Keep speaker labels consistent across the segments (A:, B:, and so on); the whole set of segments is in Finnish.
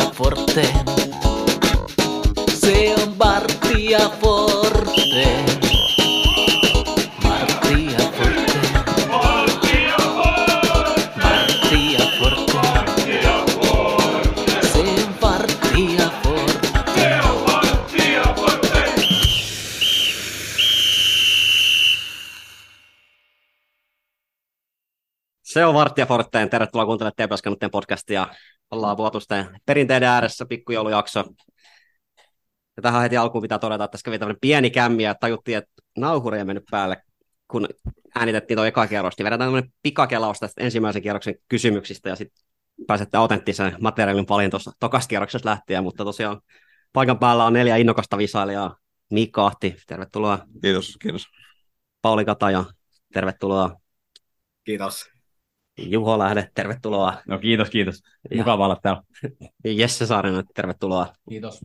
A: fuerte, se partía fuerte. Partía fuerte. Partía fuerte. Se partía fuerte.
B: Se on Vartija Forteen. Tervetuloa kuuntelemaan Teepläskännytten podcastia. Ollaan vuotusten perinteiden ääressä, pikkujoulujakso. Ja tähän heti alkuun pitää todeta, että tässä kävi tämmöinen pieni kämmi ja tajuttiin, että nauhuri ei mennyt päälle, kun äänitettiin tuo eka kierros. Niin vedetään tämmöinen pikakelaus tästä ensimmäisen kierroksen kysymyksistä ja sitten pääsette autenttisen materiaalin paljon tuossa tokasta kierroksesta lähtien, mutta tosiaan paikan päällä on neljä innokasta visailijaa. Miikka Ahti, tervetuloa.
C: Kiitos, kiitos.
B: Pauli Kataja, tervetuloa.
D: Kiitos.
B: Juho Lähde, tervetuloa.
E: No kiitos, kiitos.
B: Ja-
E: Mukava olla täällä.
B: Jesse Saarinen, tervetuloa.
D: Kiitos.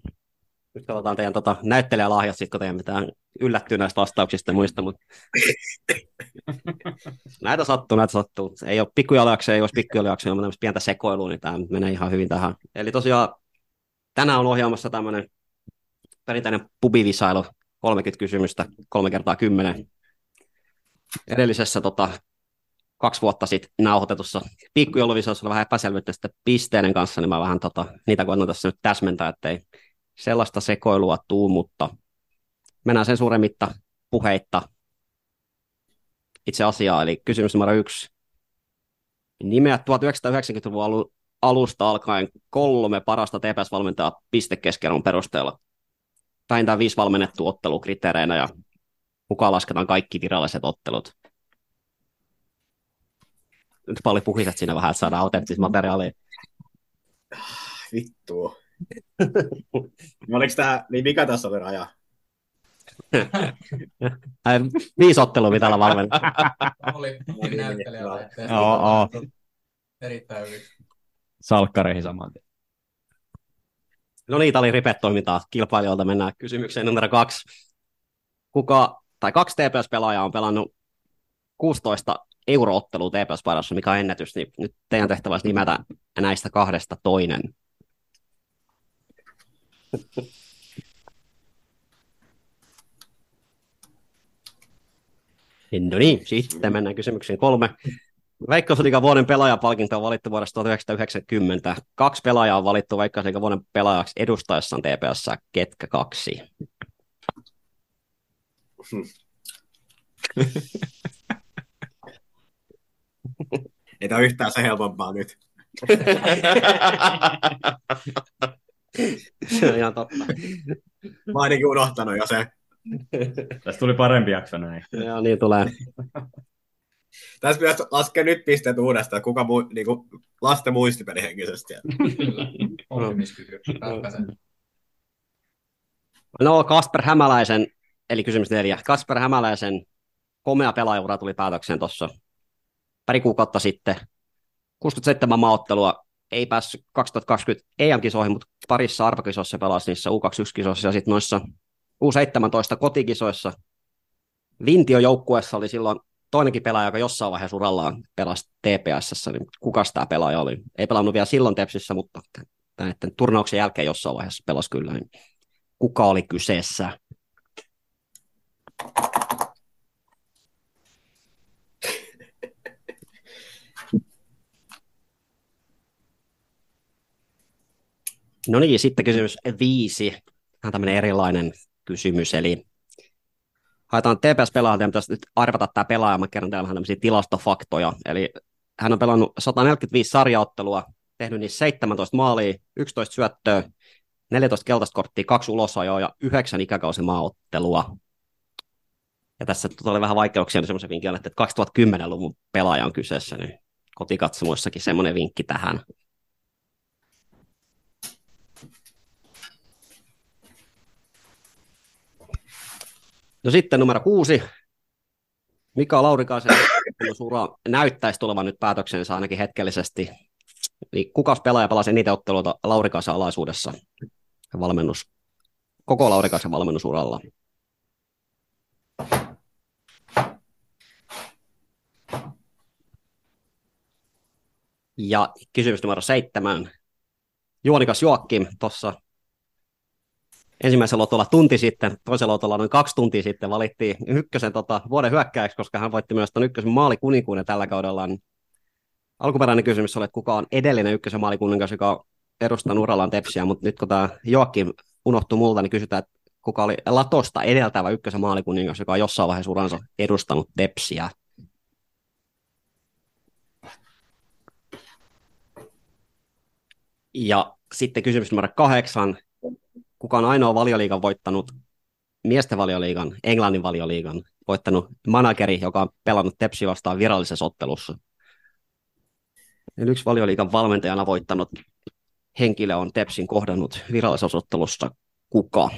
B: Nyt katsotaan teidän tota, näyttelijälahjat, sit, kun teidän mitään yllättyy näistä vastauksista ja muista, mutta näitä sattuu, näitä sattuu. Se Ei ole pikkujalaksia, ei olisi pikkujalaksia, on tämmöistä pientä sekoilua, niin tämä menee ihan hyvin tähän. Eli tosiaan tänään on ohjaamassa tämmöinen perinteinen pubivisailu, 30 kysymystä, 3 kertaa 10. Edellisessä tota, kaksi vuotta sitten nauhoitetussa pikkujouluvisailussa oli vähän epäselvyyttä sitten pisteiden kanssa, niin mä vähän tota, niitä koitan tässä nyt täsmentää, ettei sellaista sekoilua tuu, mutta mennään sen suuremmitta puheitta itse asiaa. Eli kysymys numero yksi. Nimeä 1990-luvun alu- alusta alkaen kolme parasta TPS-valmentajaa pistekeskeilun perusteella. Vähintään viisi valmennettu ottelu kriteereinä ja mukaan lasketaan kaikki viralliset ottelut. Nyt paljon puhiset siinä vähän, että saadaan autenttista materiaalia.
D: Vittu. Oliko tää, niin mikä tässä oli raja?
B: Äh, Viisi ottelua pitää olla valmennettu.
F: Oli,
D: Oli,
F: oli näyttelijä
D: joo.
F: laitteessa.
E: Joo, joo.
F: Erittäin hyvin.
E: Salkkareihin saman tien.
B: No niin, tämä oli ripetoimintaa kilpailijoilta. Mennään kysymykseen numero kaksi. Kuka, tai kaksi TPS-pelaajaa on pelannut 16 euroottelua TPS-paidassa, mikä on ennätys, niin nyt teidän tehtävä olisi nimetä näistä kahdesta toinen. No niin, sitten mennään kysymykseen kolme. Veikkausliigan vuoden pelaajapalkinto on valittu vuodesta 1990. Kaksi pelaajaa on valittu Veikkausliigan vuoden pelaajaksi edustaessaan TPS. Ketkä kaksi?
D: Ei tää yhtään se helpompaa nyt.
B: Se on ihan totta.
D: Mä oon ainakin unohtanut jo se.
E: Tästä tuli parempi jakso näin.
B: Joo, niin tulee.
D: Tässä pitäisi laskea nyt pisteet uudestaan, kuka muu, niin kuin, lasten muistipeli henkisesti.
F: Kyllä. Oppimiskyky. Ratkaisen.
B: No Kasper Hämäläisen, eli kysymys neljä. Kasper Hämäläisen komea pelaajaura tuli päätökseen tuossa pari kuukautta sitten. 67 maaottelua, ei päässyt 2020 EM-kisoihin, mutta parissa arvokisoissa pelasi niissä U21-kisoissa ja sitten noissa U17 kotikisoissa. Vintiojoukkueessa oli silloin toinenkin pelaaja, joka jossain vaiheessa urallaan pelasi TPSS, niin kukas tämä pelaaja oli? Ei pelannut vielä silloin Tepsissä, mutta tämän turnauksen jälkeen jossain vaiheessa pelasi kyllä. Niin kuka oli kyseessä. No niin, sitten kysymys viisi. Tämä on tämmöinen erilainen kysymys, eli haetaan TPS-pelaajalta, ja pitäisi nyt arvata tämä pelaaja, mä kerron teille vähän tämmöisiä tilastofaktoja. Eli hän on pelannut 145 sarjaottelua, tehnyt niissä 17 maalia, 11 syöttöä, 14 keltaista korttia, kaksi ulosajoa ja yhdeksän ikäkausimaaottelua. Ja tässä nyt oli vähän vaikeuksia niin semmoisen vinkin, että 2010-luvun pelaaja on kyseessä, niin kotikatsomoissakin semmoinen vinkki tähän. No sitten numero kuusi. Mika Laurikaisen ura näyttäisi tulevan nyt päätöksensä ainakin hetkellisesti. Niin kukas pelaaja pelasi eniten otteluita Laurikaisen alaisuudessa valmennus, koko Laurikaisen valmennusuralla. Ja kysymys numero seitsemän. Juonikas Joakim tuossa ensimmäisellä lotolla tunti sitten, toisella lotolla noin kaksi tuntia sitten valittiin ykkösen tota, vuoden hyökkääjäksi, koska hän voitti myös tuon ykkösen maalikuninkuuden tällä kaudella. Niin Alkuperäinen kysymys oli, että kuka on edellinen ykkösen maalikuningas, joka on edustanut urallaan tepsiä, mutta nyt kun tämä Joakim unohtui multa, niin kysytään, että kuka oli Latosta edeltävä ykkösen maalikuningas, joka on jossain vaiheessa uransa edustanut tepsiä. Ja sitten kysymys numero kahdeksan. Kuka on ainoa valioliigan voittanut, miesten valioliigan, Englannin valioliigan, voittanut manageri, joka on pelannut Tepsi vastaan virallisessa ottelussa? Eli yksi valioliigan valmentajana voittanut henkilö on Tepsin kohdannut virallisessa ottelussa. Kuka?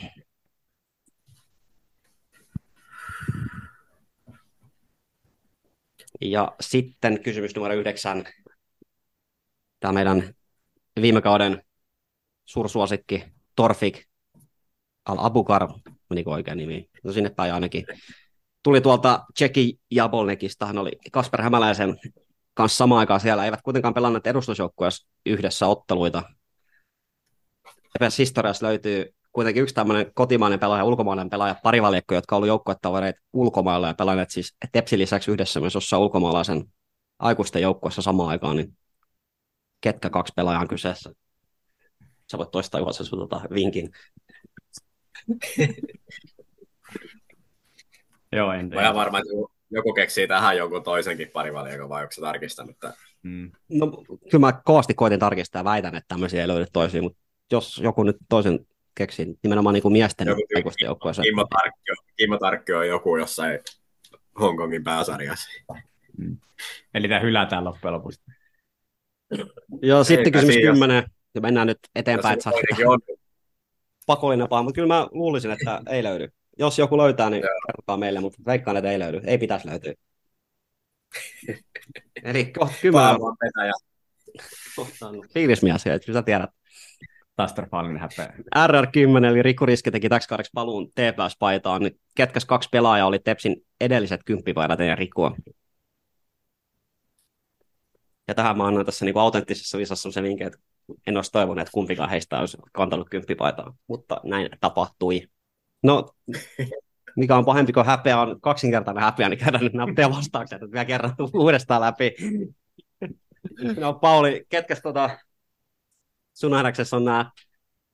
B: Ja sitten kysymys numero yhdeksän. Tämä meidän viime kauden suursuosikki Torfik Al-Abukar, menikö oikein nimi? No sinne päin ainakin. Tuli tuolta Tseki Jabolnekista, hän oli Kasper Hämäläisen kanssa samaan aikaan siellä. Eivät kuitenkaan pelanneet edustusjoukkueessa yhdessä otteluita. EPS historiassa löytyy kuitenkin yksi tämmöinen kotimainen pelaaja, ulkomainen pelaaja, pari valiekkoa, jotka on ollut joukkuetavareita ulkomailla ja pelanneet siis Tepsin lisäksi yhdessä myös jossain ulkomaalaisen aikuisten joukkueessa samaan aikaan, niin ketkä kaksi pelaajaa on kyseessä. Sä voit toistaa Juha sen sun tota, vinkin.
E: Joo, en
D: Mä
E: tiedä.
D: en varma, että joku- joku keksii tähän joku toisenkin parivaliokon, vai onko se tarkistanut tämän?
E: Mm.
B: No, kyllä mä kovasti koitin tarkistaa ja väitän, että tämmöisiä ei löydy toisia, mutta jos joku nyt toisen keksii, nimenomaan niin kuin miesten
D: Joku tyyppi.
B: aikuisten joukkueessa.
D: Kimmo Tarkki, on- Kimmo Tarkki on joku jossain Hongkongin pääsarjassa.
B: Mm.
E: Eli tämä hylätään loppujen lopuksi.
B: Joo, sitten
D: Eikä
B: kysymys
D: siinä.
B: kymmenen. Ja mennään nyt eteenpäin, että
D: Jos se
B: saa
D: kuitenkin on,
B: pakollinen vaan, mutta kyllä mä luulisin, että ei löydy. Jos joku löytää, niin kertokaa meille, mutta veikkaan, että ei löydy. Ei pitäisi löytyä. Eli kohta kymmenen.
D: Paavo on petäjä.
B: Fiilismies, että kyllä sä tiedät.
E: Katastrofaalinen häpeä.
B: RR10 eli Riku Riski teki täksi kaudeksi paluun TPS-paitaan. Nyt Ketkäs kaksi pelaajaa oli Tepsin edelliset kymppipaidat ja Rikua? Ja tähän mä annan tässä niinku autenttisessa visassa se vinkin, että en olisi toivonut, että kumpikaan heistä olisi kantanut kymppipaitaa, mutta näin tapahtui. No, mikä on pahempi kuin häpeä, on kaksinkertainen häpeä, niin käydään nyt nämä vastaukset nyt vielä kerran uudestaan läpi. No Pauli, ketkäs tota, sun nähdäksesi on nämä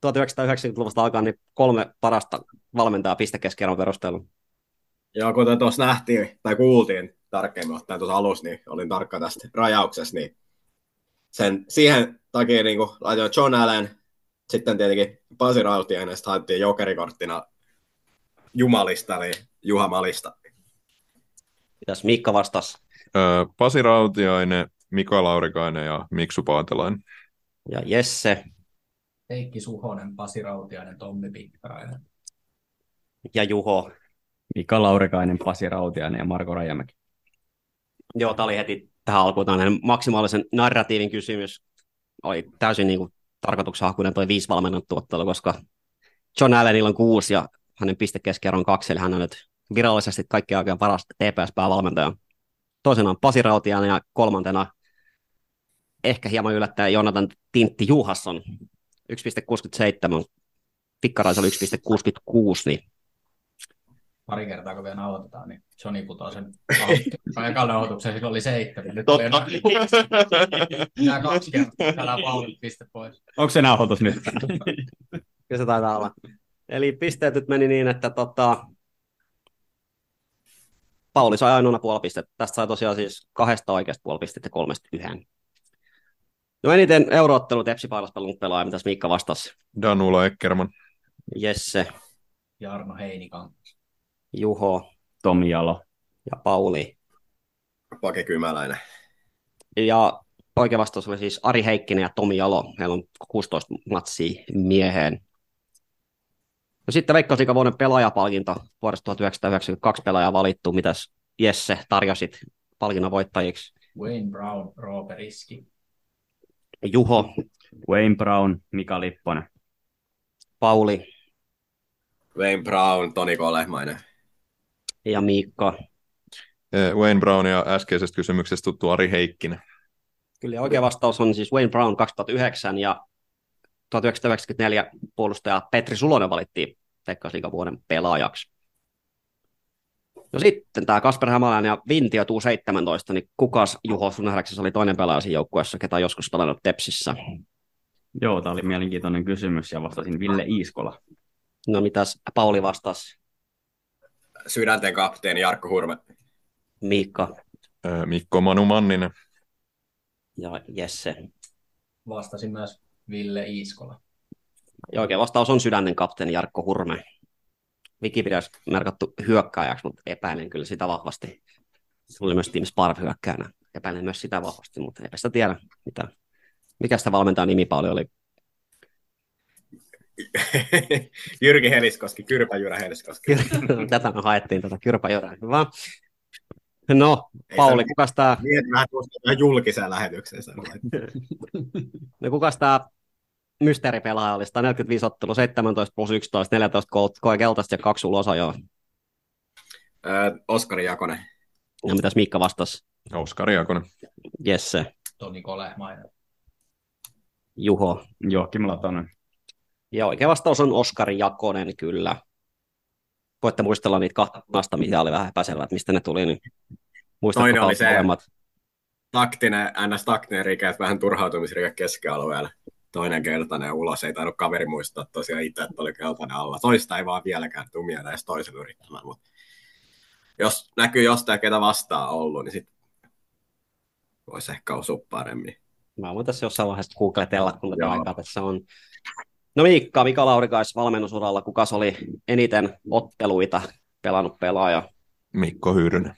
B: 1990-luvusta alkaen niin kolme parasta valmentajaa pistekeskierron perusteella.
D: Joo, kuten tuossa nähtiin tai kuultiin tarkemmin ottaen tuossa alussa, niin olin tarkka tästä rajauksesta, niin sen, siihen takia niin laitoin John Allen, sitten tietenkin Pasi Rautiainen, sitten haettiin jokerikorttina Jumalista, eli Juha Malista.
B: Mitäs Miikka vastasi?
C: Öö, Pasi Rautiainen, Mika Laurikainen ja Miksu Paatelainen.
B: Ja Jesse
F: Heikki Suhonen, Pasi Rautiainen, Tommi Pikkarainen.
B: ja Juho.
E: Mika Laurikainen, Pasi Rautiainen ja Marko Rajamäki.
B: Joo, tämä oli heti tähän alkuun tämmöinen maksimaalisen narratiivin kysymys. Oli täysin niin kuin, tarkoituksenhakuinen toi viisi valmennan tuottelu, koska John Allenilla on kuusi ja hänen pistekeskierron on kaksi, eli hän on nyt virallisesti kaikkien aikojen paras TPS-päävalmentaja. Toisena on Pasi Rautiainen ja kolmantena ehkä hieman yllättäen Jonathan Tintti Juhasson 1,67. Pikkaraisella 1,66, niin
F: Pari kertaa, kun vielä nauhoitetaan, niin Johnny putoaa sen aikaan nauhoituksen, sillä oli seitsemän. Nyt oli
C: Totta.
F: enää Nämä kaksi kertaa, älä Pauli piste pois.
E: Onko se nauhoitus nyt?
B: Kyllä se taitaa olla. Eli pisteet nyt meni niin, että tota, Pauli sai ainoana puolipistettä. Tästä sai tosiaan siis kahdesta oikeasta puolipistettä ja kolmesta yhden. No eniten euroottelu Tepsi Paalaspelun pelaaja, mitäs Miikka vastasi?
C: Danula Ekkerman.
B: Jesse,
F: Ja Arno Heinikan.
B: Juho
E: Tomi Jalo.
B: ja Pauli.
D: Pake Kymäläinen.
B: Ja oikea vastaus oli siis Ari Heikkinen ja Tomi Jalo. Heillä on 16 matsia mieheen. No sitten Veikkausliikan vuoden pelaajapalkinto vuodesta 1992 pelaajaa valittu. Mitäs Jesse tarjosit palkinnon voittajiksi?
F: Wayne Brown, Roope Riski,
B: Juho,
E: Wayne Brown, Mika Lipponen.
B: Pauli
D: Wayne Brown, Toni Kolehmainen.
B: ja Miikka.
C: Öö, Wayne Brown ja äskeisestä kysymyksestä tuttu Ari Heikkinen.
B: Kyllä oikea vastaus on siis Wayne Brown 2009 ja 1994 puolustaja Petri Sulonen valittiin Veikkausliigavuoden pelaajaksi. No sitten tämä Kasper Hämälän ja Vintia tuu 17, niin kukas Juho sun nähdäksesi oli toinen pelaaja siinä joukkueessa, ketä on joskus pelannut Tepsissä?
E: Joo, tämä oli mielenkiintoinen kysymys ja vastasin Ville Iiskola.
B: No mitäs Pauli vastasi?
D: Sydänten kapteeni Jarkko Hurme.
B: Miikka
C: Ää, Mikko Manu Manninen.
B: ja Jesse.
F: Vastasi myös Ville Iiskola.
B: Ja oikea vastaus on sydännen kapteeni Jarkko Hurme. Wikipediassa merkattu hyökkääjäksi, mutta epäilen kyllä sitä vahvasti. Sulla oli myös Team Sparv hyökkäänä. Epäilen myös sitä vahvasti, mutta eipä sitä tiedä, mitä. Mikä sitä valmentajan nimi paljon oli?
D: Jyrki Heliskoski, Kyrpäjyrä Heliskoski.
B: Tätä me haettiin, tätä kyrpäjorää. Hyvä. No, Pauli, kukas tää,
D: Mietin vähän tuosta vähän julkiseen lähetykseen sanoa.
B: no kukas tää mysteeripelaaja oli? 145 ottelu, 17 plus 11, 14 kol- koi keltaista ja kaksi ulosa joo.
D: Ö, Oskari Jakonen.
B: Ja mitäs Miikka vastasi?
C: Oskari Jakonen.
B: Jesse,
F: Toni Kolehmainen.
B: Juho,
E: Joakim Latonen.
B: Ja oikea vastaus on Oskari Jakonen, kyllä. Voitte muistella niitä kahta maasta, mitä oli vähän epäselvää, että mistä ne tuli, niin muistakaa
D: Toinen oli se-
B: molemmat.
D: Taktinen, ns. taktinen rike, että vähän turhautumisrike keskialueella. Toinen kertainen ulos, ei tainnut kaveri muistaa tosiaan itse, että oli keltainen alla. Toista ei vaan vieläkään tuu mieleen edes toisen yrittämään, mutta jos näkyy jostain, ketä vastaa ollut, niin sitten voisi ehkä osua paremmin.
B: Mä voin tässä jossain vaiheessa googletella, kun tätä
D: Joo.
B: aikaa tässä on. No Miikka, Mika Laurikais valmennusuralla, kukas oli eniten otteluita pelannut pelaaja?
C: Mikko Hyyrynen.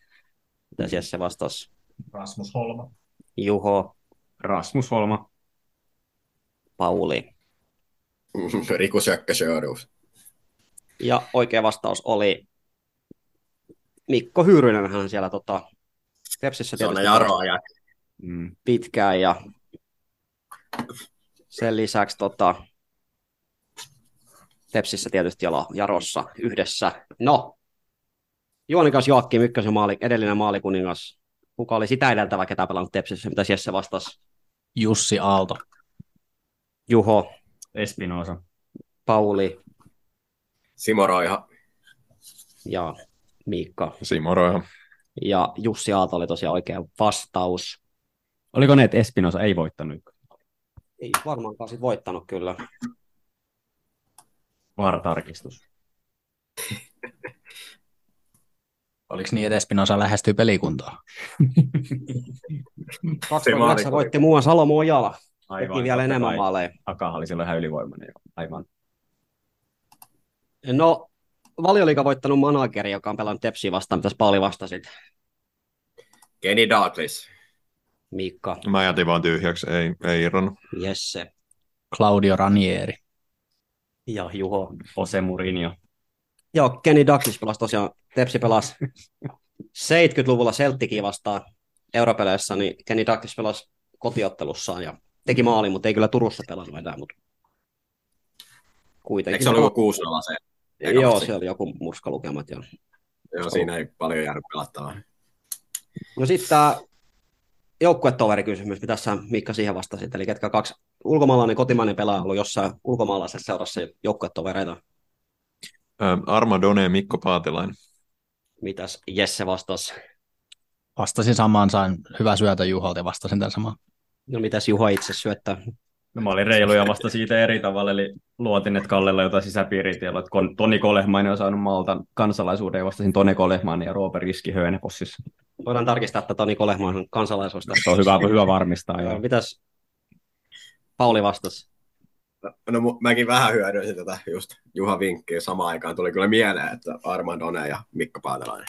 B: Mitäs Jesse vastasi?
F: Rasmus Holma.
B: Juho,
E: Rasmus Holma.
B: Pauli.
D: Riku Sökkö Sjöruus.
B: Ja oikea vastaus oli Mikko Hyyrynenhän hän siellä tota, Tepsissä
D: Se on ne
B: tietysti
D: jaroajat.
E: Mm.
B: pitkään ja sen lisäksi tota, Tepsissä tietysti olla Jarossa yhdessä. No, Juonikas Joakkim, ykkösen maali, edellinen maalikuningas. Kuka oli sitä edeltävä, ketä pelannut Tepsissä? Mitä Jesse vastasi?
F: Jussi Aalto.
B: Juho,
E: Espinosa.
B: Pauli
D: Simo Roiha.
B: ja Miikka.
C: Simo Roiha.
B: Ja Jussi Aalto oli tosiaan oikea vastaus.
E: Oliko ne, että Espinosa ei voittanut?
B: Ei varmaankaan sit voittanut kyllä.
E: Vartarkistus.
F: Oliko niin, että Espinosa lähestyy pelikuntaa?
B: 2008 voitti muun muassa Salomo Ojala. Teki vielä
E: totta
B: enemmän
E: kai.
B: maaleja.
E: Akahan oli silloin ihan ylivoimainen. jo. Aivan.
B: No, valioliiga voittanut manageri, joka on pelannut Tepsiä vastaan. Mitäs Pauli vastasit,
D: Kenny Douglas.
B: Miikka,
C: Mä jätin vaan tyhjäksi, ei, ei irron.
B: Jesse
F: Claudio Ranieri.
B: ja Juho?
E: Jose Mourinho.
B: Joo, Kenny Douglas pelasi tosiaan, Tepsi pelasi 70-luvulla Celticia vastaan europeleissä, niin Kenny Douglas pelasi kotiottelussaan ja teki maali, mutta ei kyllä Turussa pelannut enää, mutta kuitenkin.
D: Eikö se ollut joku 6 se? eka
B: Joo,
D: matsi?
B: se oli joku murskalukemat. Joo.
D: Joo, siinä ei paljon jäänyt pelattavaa.
B: No sitten tämä joukkuetoverikysymys, mitä sä Mikka siihen vastasit, eli ketkä kaksi ulkomaalainen kotimainen pelaaja on ollut jossain ulkomaalaisessa seurassa joukkuetovereita.
C: Ää, Arma Done ja Mikko Paatilainen.
B: Mitäs Jesse vastasi?
F: Vastasin samaan, sain hyvä syötä Juholta ja vastasin tämän samaan.
B: No mitäs Juha itse syöttää?
E: No, mä olin reilu ja vasta siitä eri tavalla, eli luotin, että Kallella jotain sisäpiiritiellä, että kon- Toni Kolehmainen on saanut Maltan kansalaisuuden ja vastasin Toni Kolehmainen ja Roope Riski Höönepossissa.
B: Voidaan tarkistaa, että Toni Kolehmaan kansalaisuus
E: Se
B: tässä.
E: on hyvä, hyvä varmistaa.
B: Joo,
E: joo.
B: Mitäs Pauli vastasi?
D: No mu- mäkin vähän hyödynsin tätä just Juha vinkkiä samaan aikaan. Tuli kyllä mieleen, että Arman Done ja Mikko Paatelainen.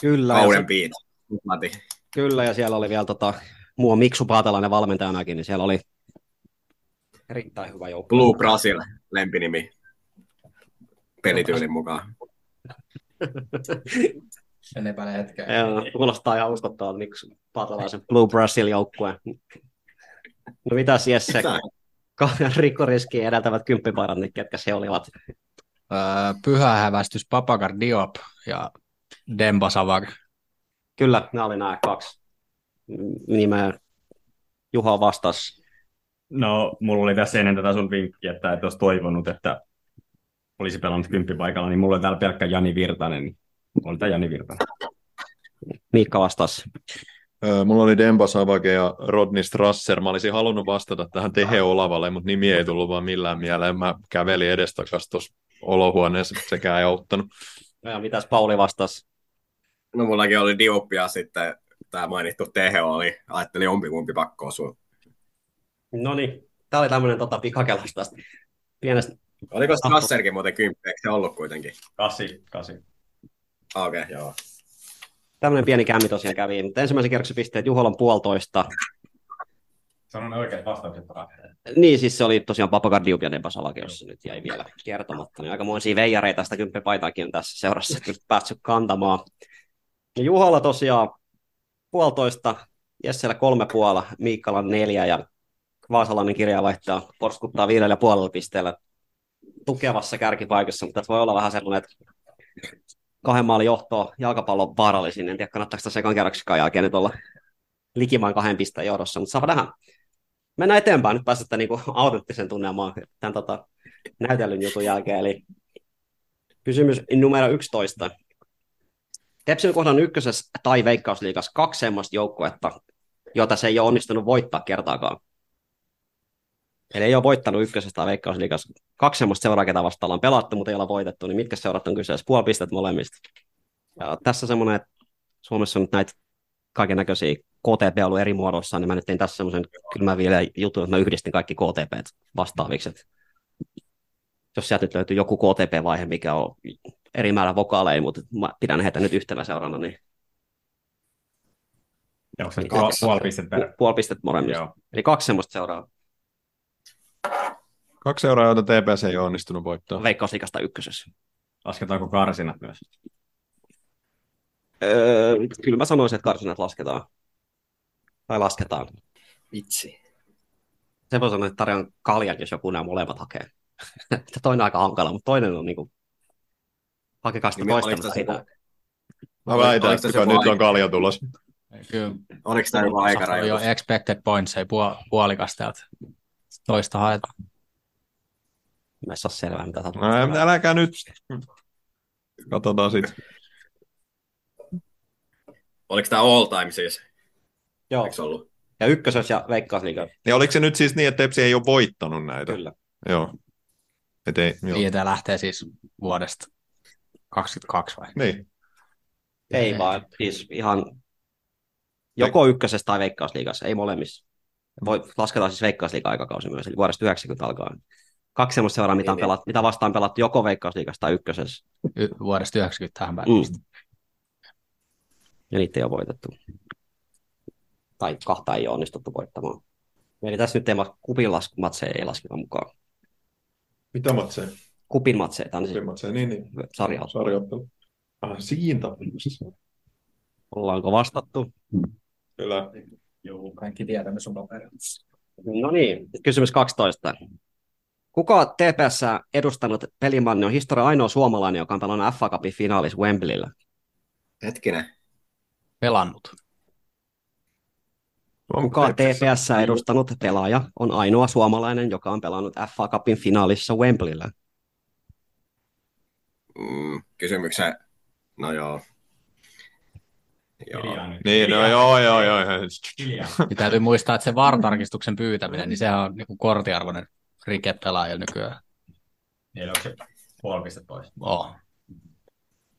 B: Kyllä, ja,
D: Kauden
B: se,
D: piitä. Mati.
B: kyllä, ja siellä oli vielä tota, muu Miksu Paatalainen valmentajanakin, niin siellä oli erittäin hyvä joukko.
D: Blue Brasil, lempinimi. Pelityylin mukaan.
F: En epäile hetkeä.
B: Joo, kuulostaa ihan uskottavalta Miksu Paatalaisen Blue Brazil joukkue. No mitäs Jesse,
D: Mitä?
B: rikoriski edeltävät kymppipaidat, niin ketkä se olivat?
F: Öö, Pyhä hävästys Papakar Diop ja Demba Savak.
B: Kyllä, nämä oli nämä kaksi mm, nimeä. Juha vastasi
E: No, mulla oli tässä ennen tätä sun vinkkiä, että et olisi toivonut, että olisi pelannut kymppipaikalla, niin mulla on täällä pelkkä Jani Virtanen. Niin oli tämä Jani Virtanen.
B: Miikka vastasi.
C: Öö, Mulla oli Demba Savage ja Rodney Strasser. Mä olisin halunnut vastata tähän Tehe Olavalle, mutta nimi ei tullut vaan millään mieleen. Mä kävelin edestakas tuossa olohuoneessa, sekään ei auttanut.
B: No ja mitäs Pauli vastasi?
D: No mullakin oli diopia sitten, tämä mainittu Tehe oli, ajattelin jompikumpi pakko osua.
B: No niin, tämä oli tämmöinen tota, pikakelas tästä pienestä.
D: Oliko Strasserkin muuten kymppi, eikö se ollut kuitenkin?
E: Kasi, kasi.
D: Ah, Okei, okay, joo.
B: Tämmöinen pieni kämmi tosiaan kävi, mutta ensimmäisen kerroksen pisteet Juholan puolitoista.
E: Sanon ne oikeat vastaukset
B: Niin, siis se oli tosiaan Papagardium ja Nebasalake, jossa nyt jäi vielä kertomatta. Niin aikamoisia veijareita sitä kymppipaitaakin on tässä seurassa nyt päässyt kantamaan. Ja Juholla tosiaan puolitoista, Jessellä kolme puolella, Miikkala neljä ja Vaasalainen kirja vaihtaa porskuttaa viidellä ja puolella pisteellä tukevassa kärkipaikassa, mutta tässä voi olla vähän sellainen, että kahden maalin johto jalkapallon vaarallisin. En tiedä, kannattaako tässä ekan kerroksikaan jälkeen nyt olla likimain kahden pisteen johdossa, mutta saapa nähdä mennään eteenpäin. Nyt pääsette niinku autenttisen tunnelmaan tämän tota, näytellyn jutun jälkeen. Eli kysymys numero 11. Tepsin kohdan ykkösessä tai Veikkausliigassa kaksi semmoista joukkuetta, jota se ei ole onnistunut voittaa kertaakaan. Eli ei ole voittanut ykkösestä tai Veikkausliigassa. Kaksi semmoista seuraa, ketä vastaan ollaan pelattu, mutta ei olla voitettu. Niin mitkä seurat on kyseessä? Puoli pistettä molemmista. Ja tässä semmoinen, että Suomessa on nyt näitä kaiken näköisiä KTP ollut eri muodossa, niin mä nyt tein tässä semmoisen kylmän vielä jutun, että mä yhdistin kaikki KTP vastaaviksi. Et jos sieltä nyt löytyy joku KTP-vaihe, mikä on eri määrä vokaaleja, mutta mä pidän heitä nyt yhtenä seurana, niin
E: Onko se
B: Mitä?
E: puol- puoli pistettä?
B: pu- puoli pistettä molemmista.
E: Joo.
B: Eli kaksi semmoista seuraa
C: Kaksi seuraa, joita TPS ei ole onnistunut voittaa.
B: Veikkausliikasta ykkösessä.
E: Lasketaanko karsinat myös?
B: Öö, kyllä mä sanoisin, että karsinat lasketaan. Tai lasketaan.
D: Vitsi.
B: Se voi sanoa, että tarjoan kaljan, jos joku nämä molemmat hakee. Että toinen on aika hankala, mutta toinen on niinku... Hakekaa sitä
D: Niin,
B: toista,
D: oliko
B: mutta
D: se
B: ei
D: joku-
B: nää.
C: Mä väitän,
D: Oliko se
C: että
D: se
C: kun nyt
D: vai-
C: on kalja tulos.
F: Kyllä,
D: Oliko tämä joku aikarajoitus?
F: jo expected points, ei puol- puolikas täältä. Toista haetaan.
B: Mä en saa selvää, mitä tapahtuu.
C: Ää, Äläkä nyt. Katsotaan sitten.
D: Oliko tämä all time siis?
B: Joo.
D: Eikö ollut?
B: Ja ykkösessä ja veikkausliiga.
C: Ja oliko se nyt siis niin, että Tepsi ei ole voittanut näitä?
B: Kyllä.
C: Joo. Et ei, joo.
F: Niin, tämä lähtee siis vuodesta 22 vai?
C: Niin.
B: Ei vaan, siis ihan joko ykkösessä tai veikkausliigassa, ei molemmissa. Voi, lasketaan siis veikkausliiga-aikakausi myös, eli vuodesta 90 alkaen. Kaksi semmoista seuraa, mitä, on
D: Niin, niin.
B: pelat, mitä vastaan pelattu joko veikkausliigassa tai ykkösessä.
F: Y- vuodesta 90 tähän päin.
B: Mm. Ja niitä ei ole voitettu. Tai kahta ei ole onnistuttu voittamaan. Eli tässä nyt teema kupin lasku- matseja ei lasketa mukaan.
C: Mitä matseja?
B: Kupin matseja, tämä on siis
C: Kupin matseja, niin, niin.
B: sarjaus.
C: Sarjoittelu. Ah, siinä tapauksessa.
B: Ollaanko vastattu?
C: Kyllä.
F: Joo, kaikki tiedämme sun paperit.
B: No niin, kysymys 12. Kuka TPS edustanut pelimanni on historian ainoa suomalainen, joka on pelannut FA Cupin finaalissa Wembleyllä?
D: Hetkinen.
F: Pelannut.
B: Kuka on TPS edustanut pelaaja on ainoa suomalainen, joka on pelannut FA Cupin finaalissa Wembleyllä?
D: Mm, kysymyksen. No joo. Joo.
C: Niin, no joo, joo, joo.
F: Ja täytyy muistaa, että se VAR-tarkistuksen pyytäminen, niin sehän on niin kortiarvoinen rike pelaajilla nykyään.
E: Niin, onko se puoli pistettä pois?
F: Oh.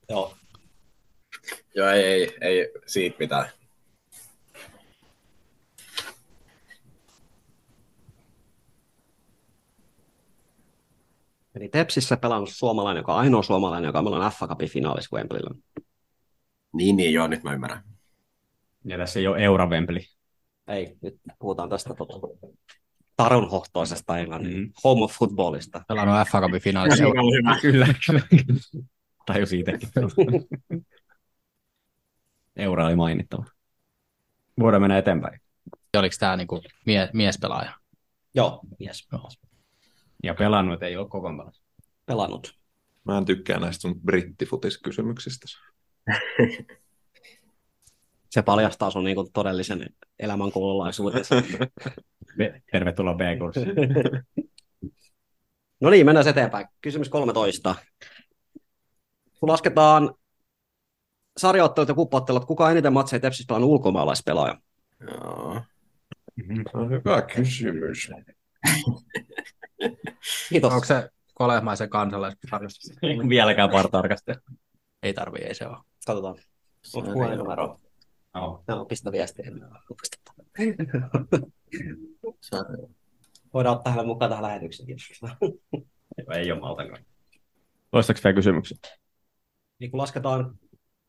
D: Joo, ei, ei, ei siitä mitään.
B: Eli Tepsissä pelannut suomalainen, joka on ainoa suomalainen, joka on pelannut FA Cupin finaalissa Wembleyllä.
D: Niin, niin, joo, nyt mä ymmärrän.
E: Ja tässä ei ole euravempeli.
B: Ei, nyt puhutaan tästä tota, tarunhohtoisesta englannin
E: Mm.
B: home of footballista.
F: Pelannut FA Cupin finaalissa. niin
E: Niin.
D: oli hyvä.
E: Kyllä, kyllä. Tajusin itsekin. Eura oli mainittava. Voidaan mennä eteenpäin.
F: Oliko tämä niin mie- miespelaaja?
B: Joo, mies
E: Ja pelannut, että ei ole koko ajan pelannut.
B: pelannut.
C: Mä en tykkää näistä sun brittifutiskysymyksistä.
B: Se paljastaa sun niin kuin, todellisen elämän kuulolaisuutensa.
E: Tervetuloa B-kurssiin.
B: No niin, mennään eteenpäin. Kysymys 13. Kun lasketaan sarjaottelut ja kuppaottelut, kuka eniten matseja Tepsissä pelannut ulkomaalaispelaaja?
D: Joo.
C: on hyvä kysymys.
B: Kiitos.
F: Onko se kolehmaisen kansalaisarjassa?
E: Vieläkään partarkastelua.
F: Ei tarvii, ei se ole.
B: Katsotaan. Onko puhelinnumero? No, pistä viestiä. Voidaan ottaa hänelle mukaan tähän lähetykseen. Kiitos.
E: Ei ole maltankaan. Toistaiseksi vielä kysymyksiä?
B: Niin kun lasketaan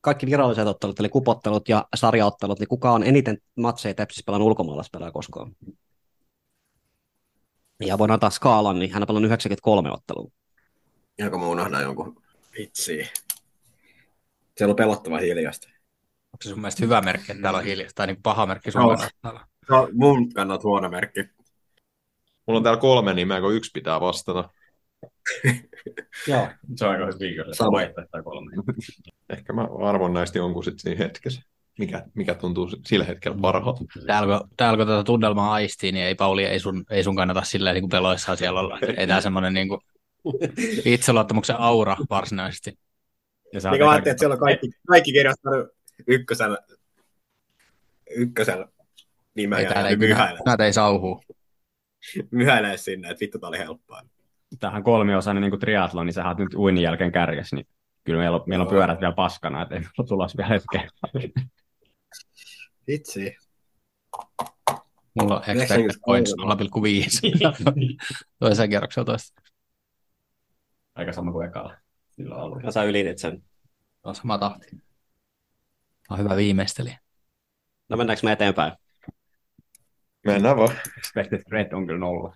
B: kaikki viralliset ottelut, eli kupottelut ja sarjaottelut, niin kuka on eniten matseja Tepsissä pelannut ulkomaalaispelaaja koskaan? Ja voidaan antaa skaalan, niin hän on pelannut 93 ottelua.
D: Joko mä unohdan jonkun? Vitsi. Siellä on pelottava hiljasta.
F: Onko se sun mielestä hyvä merkki, että täällä on hiljasta, tai niin paha merkki sun
D: Joo.
F: kannalta?
D: Se on mun kannalta huono merkki.
C: Mulla on täällä kolme nimeä, kun yksi pitää vastata.
B: Joo.
E: Se on aika hyvin kyllä.
D: Sama.
E: Vaihtoehtoja kolme.
C: Ehkä mä arvon näistä jonkun sitten siinä hetkessä. Mikä, mikä tuntuu sillä hetkellä parhaalta.
E: Mm.
F: Täällä kun, täällä kun tätä tunnelmaa aistii, niin ei Pauli, ei sun, ei sun kannata sillä niin kuin peloissaan siellä olla. Ei tää semmoinen niin kuin itseluottamuksen aura varsinaisesti.
E: Ja sä
D: Niin mä ajattelin, että siellä on kaikki, kaikki kirjoittanut ykkösellä, ykkösellä nimen
F: Ei
D: ja
F: täällä ei
D: ne myhäilee,
F: kyllä, näitä ei sauhuu.
D: myhäilee sinne, että vittu tää oli helppoa.
E: Tähän kolmiosainen niin triathlon, niin sä oot nyt uinnin jälkeen kärjessä, niin kyllä meillä on, meillä on pyörät vielä paskana, että ei meillä ole tulos vielä hetkeä.
D: Vitsi.
F: Mulla on expected points 0,5. Toisen kerroksen toista.
E: Aika sama kuin ekalla. Sillä on ollut.
B: Ja sä ylitit sen.
F: On sama tahti. Tää On hyvä viimeistelijä.
B: No mennäänkö me eteenpäin?
C: Mennään vaan.
E: Expected red on kyllä nolla.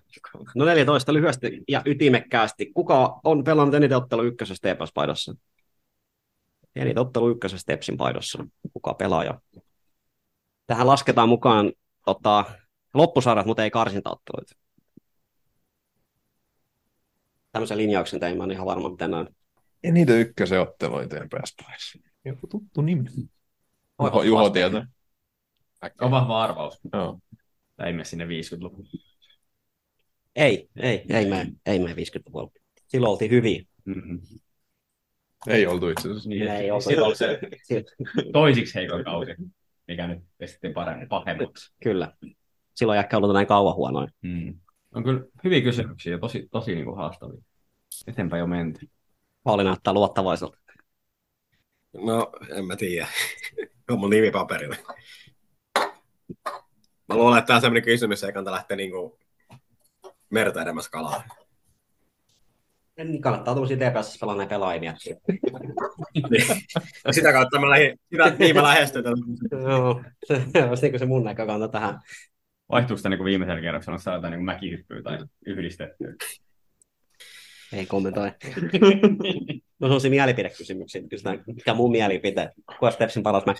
B: No 14 lyhyesti ja ytimekkäästi. Kuka on pelannut eniten ottelu ykkösessä TPS-paidassa? Eniten ottelu ykkösessä Tepsin paidassa. Kuka pelaaja? Tähän lasketaan mukaan tota, loppusarjat, mutta ei karsintaotteluita. Tämmöisen linjauksen tein, mä en ihan varma, miten näin.
C: Eniten ykkösen ottelu eteenpäin päässä. Joku tuttu nimi. Juho, Juho tietää.
E: On vahva arvaus.
C: Joo.
E: Tai ei mene sinne 50-luvulle.
B: Ei, ei, ei mene, ei mene 50-luvulla. Silloin oltiin hyviä.
E: Mm-hmm.
C: Ei oltu itse asiassa.
E: Niin,
B: Ei
E: ei
B: ole.
E: Silloin oli se
B: Si-
E: toisiksi heikoin kausi, mikä nyt pestettiin paremmin, pahemmaksi.
B: kyllä. Silloin ei ehkä ollut näin kauan huonoin.
E: Mm. On kyllä hyviä kysymyksiä ja tosi, tosi niin kuin haastavia. Eteenpäin jo menty.
B: Pauli näyttää luottavaiselta.
D: No, en mä tiedä. on mun nimi paperilla. Mä luulen, että tää on sellainen kysymys, ei kannata lähteä niinku merta edemmäs kalaa.
B: Niin kannattaa tuollaisia TPS pelaaneja pelaajia miettiä.
D: No, Sitä kautta mä lähdin, sitä, niin mä lähestyn tätä.
B: Joo, se olisi niin se mun näkökanta tähän.
E: Vaihtuuko sitä niin kuin viimeisellä kerroksella, onko jotain niin kuin mäkihyppyä tai yhdistettyä?
B: Ei kommentoi. No se on se mielipidekysymyksiä, että kysytään, mikä mun mielipite, kuka Stepsin paras mä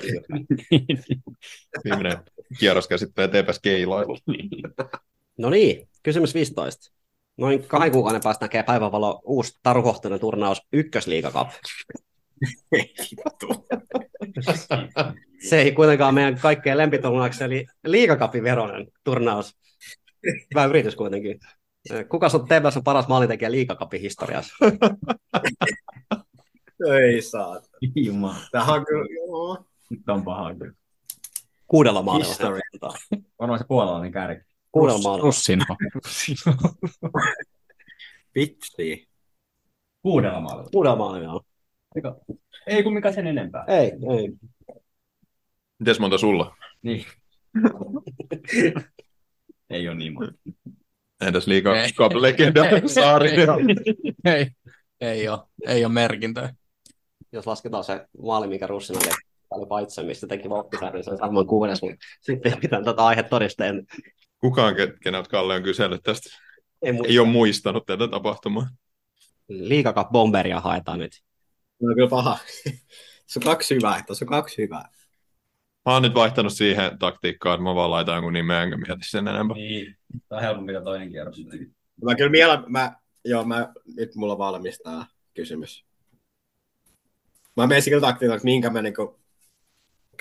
C: Viimeinen kierros käsittelee TPS keilailu.
B: No niin, kysymys 15. Noin kahden kuukauden päästä näkee päivänvalo uusi tarukohtainen turnaus Ykkösliiga Cup.
D: Vittu.
B: Se ei kuitenkaan meidän kaikkeen lempiturnauksen, eli liigakapin veroinen turnaus. Hyvä yritys kuitenkin. Kuka on TPS on paras maalintekijä liigakapin historiassa?
D: Ei saa.
E: Jumala,
D: Tähän on kyllä, joo.
E: nyt on paha. kyllä.
B: Kuudella maalilla.
D: History.
E: Varmaan se puolalainen kärki.
B: Kuudella maalilla.
F: Russin.
D: Vitsi.
E: Kuudella maalilla.
B: Kuudella maalilla.
E: Eikä- Ei kun mikä sen enempää.
B: Ei, ei.
C: Mites monta sulla?
E: Niin. Ei ole niin monta.
C: Entäs liikaa
F: Ei.
C: Cup legenda
F: Ei.
C: Saarinen?
F: ei, ei ole, ei ole merkintöä.
B: jos lasketaan se maali, mikä Russina oli, oli paitsi, mistä teki voppisarjan, se on varmaan kuudes, mutta sitten pitää tätä aihe todisteen.
C: Kukaan, ke- keneltä Kalle on kysellyt tästä,
B: Ei, mu-
C: ei ole muistanut tätä tapahtumaa.
B: Liigakap bomberia haetaan nyt.
D: No on kyllä paha. Se on kaksi hyvää, että se on kaksi hyvää.
C: Mä oon nyt vaihtanut siihen taktiikkaan, että mä vaan laitan jonkun nimeä, enkä mieti sen enempää.
E: Niin. Tämä on helpompi kuin toinen kierros. jotenkin.
D: Mä kyllä mielen, mä, joo, mä, nyt mulla on valmis tää kysymys. Mä menisin kyllä taktiikalla, että minkä mä niinku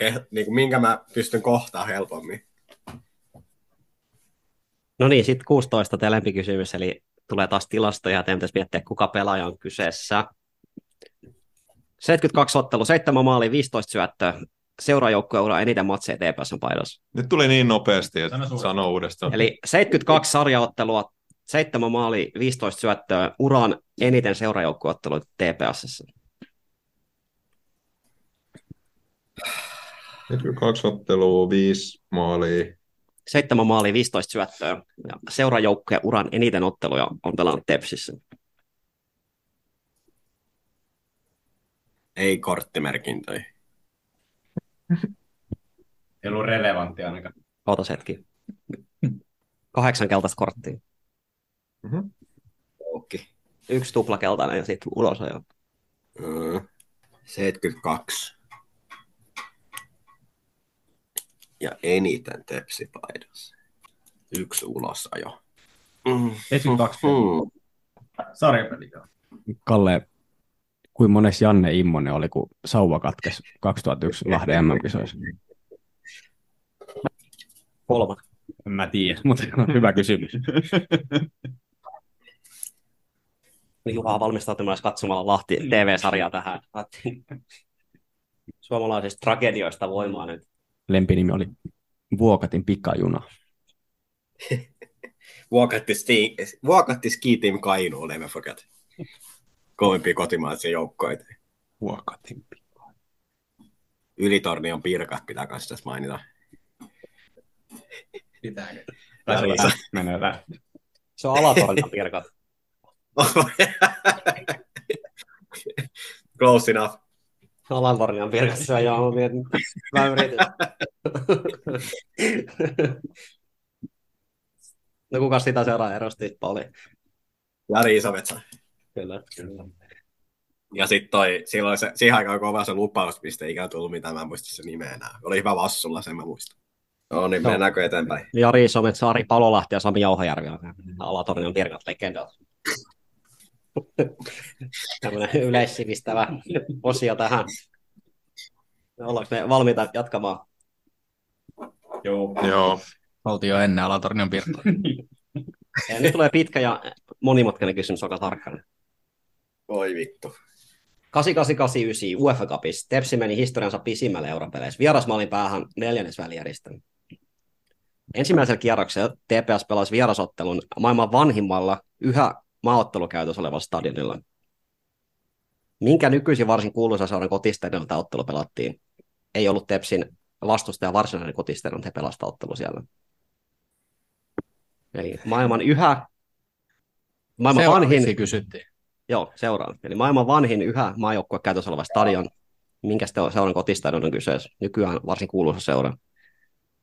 D: ke- niin kuin, minkä mä pystyn kohtaa helpommin.
B: No niin, sitten 16 teidän lempikysymys, eli tulee taas tilastoja, ja teidän pitäisi miettiä, kuka pelaaja on kyseessä. 72 ottelu, 7 maalia, 15 syöttöä. Seuraajoukkueen ura eniten matseja TPSn paidassa.
C: Nyt tuli niin nopeasti, että
E: Sano suoraan.
C: sano uudestaan.
B: Eli 72 sarjaottelua, 7 maalia, 15 syöttöä, uran eniten seuraajoukkueotteluita TPSssä.
C: Nyt kun kaksi ottelua, viisi maalia.
B: Seitsemän maalia, 15 syöttöä. Ja seuraajoukkueen uran eniten otteluja on pelannut Tepsissä.
D: Ei korttimerkintöjä.
E: Ei ollut relevantti ainakaan.
B: Ootas hetki. Kahdeksan keltaista korttia.
C: Mhm.
D: Okay.
B: Yksi tuplakeltainen ja sitten ulos jo.
D: Mm. 72. Ja eniten tepsipaidossa. Yksi ulosajo. Mm.
E: 72
D: Mm.
E: sarjapeli. joo.
G: Kalle, kuin mones Janne Immonen oli, kun sauva katkesi 2001 Lahden MM-kisoissa?
B: Kolmas.
E: En mä tiedä.
G: Mutta hyvä kysymys.
B: Niin Juha valmistautuu myös katsomalla Lahti TV-sarjaa tähän. Ajattelin. Suomalaisista tragedioista voimaa nyt.
G: Lempinimi oli Vuokatin pikajuna.
D: Vuokatti, sti- vuokatti Ski Team Kainuu, never forget. Kovempia kotimaisia joukkoita.
C: Vuokatin.
D: Ylitornion pirkat pitää kanssa tässä mainita.
E: Pitääkö? Tai
D: Täällä.
E: se lähtee. Menee lähtee.
B: Se on alatornin pirkat.
D: Close enough.
B: Alatornin pirkat, se on joo, mä mietin. Mä yritin. No kuka sitä seuraa erosti, Pauli?
D: Jari Isovetsä.
B: Kyllä. kyllä.
D: Ja sitten toi, silloin se, siihen aikaan kova se lupaus, mistä ei ikään tullut mitään, mä en muista se nimeä enää. Oli hyvä vassulla, sen mä muistan. No niin,
B: No.
D: mennäänkö eteenpäin?
B: Jari Isomet, Saari Palolahti ja Sami Jauhajärvi on alatornin pirkat legendat. Tämmöinen yleissivistävä osio tähän. Ollaanko me valmiita jatkamaan?
E: Joo.
C: Joo.
F: Oltiin jo ennen alatornion pirkkoa.
B: Ja nyt tulee pitkä ja monimutkainen kysymys, olkaa tarkkana.
D: Voi vittu.
B: 8889 UEFA Cupissa Tepsi meni historiansa pisimmälle europeleissä vierasmaalin päähän neljännesvälijärjestä. Ensimmäisellä kierroksella TPS pelasi vierasottelun maailman vanhimmalla yhä maaottelukäytössä olevalla stadionilla. Minkä nykyisin varsin kuuluisa seuran kotistadionilla tämä ottelu pelattiin? Ei ollut Tepsin vastustaja varsinainen kotistadion, mutta he pelasta ottelu siellä. Eli maailman yhä, maailman vanhin,
F: Seuraavaksi kysyttiin.
B: Joo, seuraan. Eli maailman vanhin yhä maajoukkue käytössä oleva stadion. Minkä ste- seuran kotistadion on kyseessä? Nykyään varsin kuuluisa seura.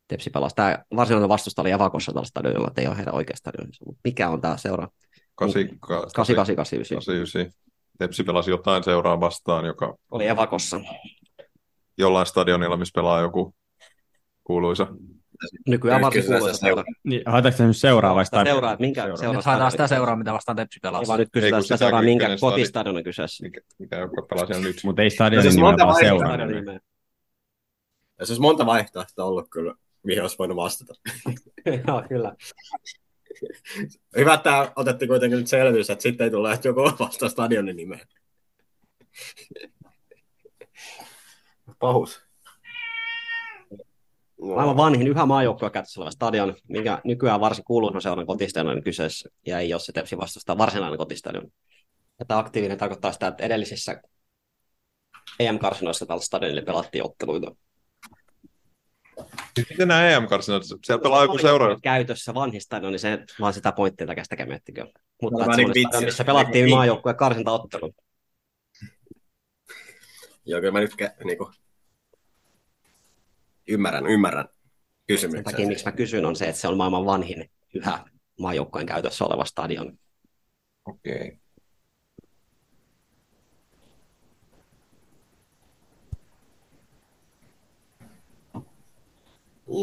B: Tepsi pelasi. Tämä varsinainen vastusta oli Evakossa tällä stadionilla, että ei ole heidän oikea stadioninsa. Mut Mikä on tämä seura?
C: 88.
B: 8889.
C: 89. Tepsi pelasi jotain seuraa vastaan, joka
B: Oli Evakossa.
C: jollain stadionilla, missä pelaa joku kuuluisa.
B: Nykyään varsin
D: Kyllä se
B: kuuluisa
D: seura.
B: seura.
G: Niin, haetaanko se nyt seuraavasta?
B: Seuraa, että minkä
C: Seuraa.
B: seuran
F: Nyt haetaan sitä
B: stadion-
F: seuraa, mitä vastaan Tepsi pelasi.
B: Ei vaan nyt
C: Ei,
B: kysytään
C: kun
B: sitä
C: sitä
B: seuraa, minkä
C: kyykkönen stadion.
B: kotistadion on kyseessä.
C: Mikä, mikä joka pelaa siellä nyt.
G: Mutta ei stadionin
D: No siis
G: nimeä,
D: monta
G: vaan
D: vaihtoa
G: seuraa.
B: Stadionin nimeä.
D: Tässä olisi monta vaihtoehtoa ollut kyllä, mihin olisi voinut vastata.
B: Joo, kyllä.
D: Hyvä, että tämä otettiin kuitenkin nyt selvyys, että sitten ei tule että joku vastaa stadionin nimeä. Pahus.
B: Maailman vanhin yhä maajoukkoja käytössä oleva stadion, mikä nykyään varsin kuuluisa seuran kotistadion kyseessä, ja ei ole se Tepsi vastustaa varsinainen kotistadion. Ja tämä aktiivinen tarkoittaa sitä, että edellisissä EM-karsinoissa tällä stadionilla pelattiin otteluita.
C: Miten nämä EM-karsinat? Siellä pelaa joku seura.
B: Käytössä vanhin stadion, niin se vaan sitä pointtia takia sitä kemettikö. Mutta
D: Tämä on
B: no,
D: niin
B: niin stadion,
D: vitsi.
B: missä pelattiin
D: Niin.
B: maajoukkoja karsintaottelu.
D: Joo, kyllä mä nyt kä- niinku... ymmärrän, ymmärrän
B: Sen
D: kysymyksen.
B: takia, miksi mä kysyn, on se, että se on maailman vanhin yhä maajoukkojen käytössä oleva stadion.
C: Okei.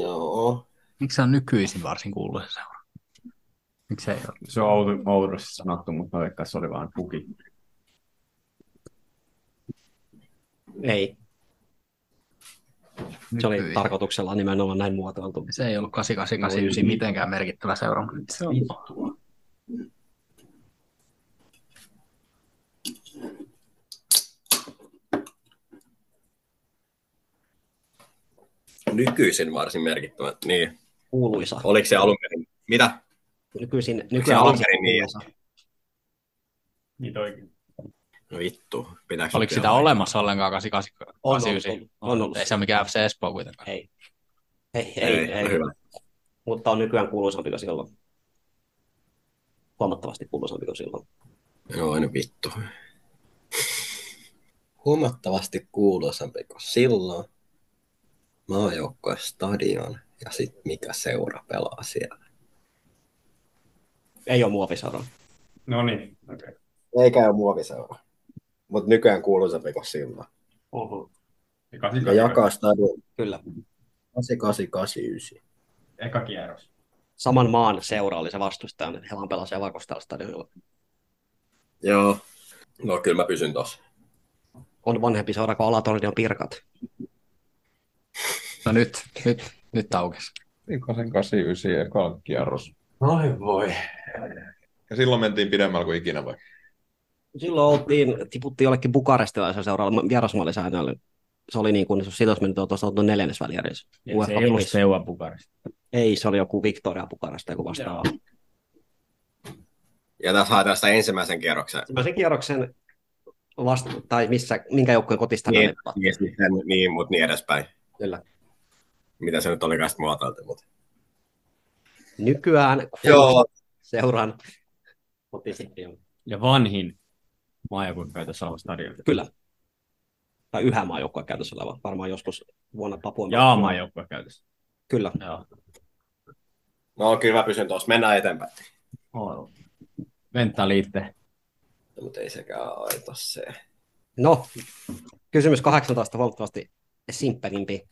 D: Joo.
F: Miksi se on nykyisin varsin kuuluisa seura? Miksi se ei ole?
E: Se on outo- oudosti sanottu, mutta mä veikkaan, se oli vaan puki.
B: Ei. Se oli tarkoituksella nimenomaan näin muotoiltu.
F: Se ei ollut 8889 mitenkään merkittävä seuraama.
D: Nykyisin varsin merkittävä. Niin.
B: Kuuluisa.
D: Oliko se alun perin? Mitä?
B: Nykyisin,
D: se
B: nykyään
D: alun
B: on se
D: perin niin?
B: kuuluisa.
E: Niin oikein.
D: No vittu. Pitääkö
F: Oliko sitä olemassa ollenkaan 8889?
B: On ollut. On ollut.
F: Ei se ole mikään FC Espoo kuitenkaan.
B: Ei. Ei,
D: Ei,
B: ei, ei, ei.
D: Hyvä.
B: Mutta on nykyään kuuluisampi kuin silloin. Huomattavasti kuuluisampi kuin silloin.
D: Joo, no vittu. Huomattavasti kuuluisampi kuin silloin. Maajoukkue stadion ja sitten mikä seura pelaa siellä.
B: Ei ole muovisaro.
E: No niin, okei. Okay.
D: Eikä ole muoviseura. Mutta nykyään kuuluisampi kuin silloin.
E: Oho.
D: Ja jakaa stadion
B: Kyllä.
D: 8889.
E: Eka kierros.
B: Saman maan seura oli se vastustaja, mutta he vaan pelasivat Vakostalla stadionilla.
D: Joo. No kyllä mä pysyn tossa.
B: On vanhempi seura kuin Alatornion pirkat.
F: No nyt, nyt, nyt aukesi.
C: Ikosen 89 eka kierros.
E: Ai voi.
C: Ja silloin mentiin pidemmällä kuin ikinä vai?
B: Silloin oltiin, tiputtiin jollekin bukarestilaisen seuraalla vierasmaalisäännöllä. Se oli niin kuin, siitä olisi mennyt tuosta oltu neljännesvälierissä.
E: Niin, Se ei ollut Steaua Bukarest.
B: Ei, se oli joku Victoria Bukaresta, joku vastaava.
D: Ja tässä haetaan sitä ensimmäisen kierroksen.
B: Ensimmäisen kierroksen vasta, tai missä, minkä joukkueen kotista
D: Niin,
B: niin.
D: niin, sitten, niin, mutta niin edespäin.
B: Kyllä.
D: Mitä se nyt olikaan sitten muotoiltu. Mutta.
B: Nykyään
D: Joo,
B: seuran niin kotisitio.
E: Ja vanhin maajoukkueen käytössä oleva stadion.
B: Kyllä. Tai yhä maajoukkue käytössä oleva. Varmaan joskus vuonna Papuan.
E: Ja maajoukkueen käytössä.
B: Kyllä.
E: Joo.
D: no kyllä mä pysyn tuossa. Mennään eteenpäin.
E: Venttä liitte.
D: No, mutta ei sekään aito se.
B: No, kysymys 18 huomattavasti simppelimpi.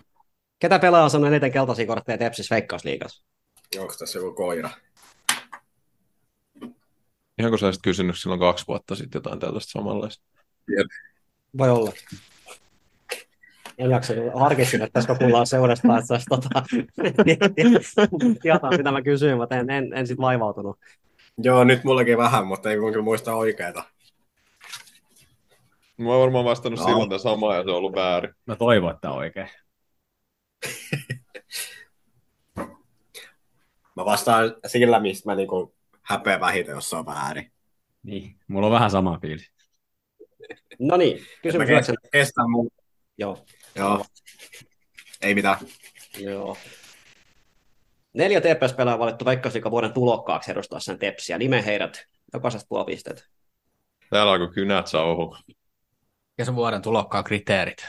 B: Ketä pelaa on eniten keltaisia kortteja Tepsis Veikkausliigassa?
D: Onko tässä joku koira?
C: Ihan kun sä olisit kysynyt silloin kaksi vuotta sitten jotain tällaista samanlaista.
B: Voi olla. En jaksa, harkitsin, että tässä kuullaan seurasta, että saisi tota, tietää, mitä mä kysyin, mutta en, en, en sit vaivautunut.
D: Joo, nyt mullakin vähän, mutta ei kyllä muista oikeita.
C: Mä oon varmaan vastannut
D: No.
C: no. silloin tämä sama ja se on ollut väärin.
E: Mä toivon, että on oikein.
D: Mä vastaan sillä, mistä mä niinku häpeän vähiten, jos se on väärin.
E: Niin. Mulla on vähän sama fiilis.
B: No niin,
D: Et Mä
B: kysymys 9.
D: kestän, kestän mun.
B: Joo.
D: Joo. Ei mitään.
B: Joo. Neljä TPS-pelaa valittu Veikkausliikan vuoden tulokkaaksi edustaa sen Tepsiä. Nime heidät, jokaisesta puoli pistettä.
C: Täällä alkoi kynät sauhu.
F: Ja se vuoden tulokkaan kriteerit.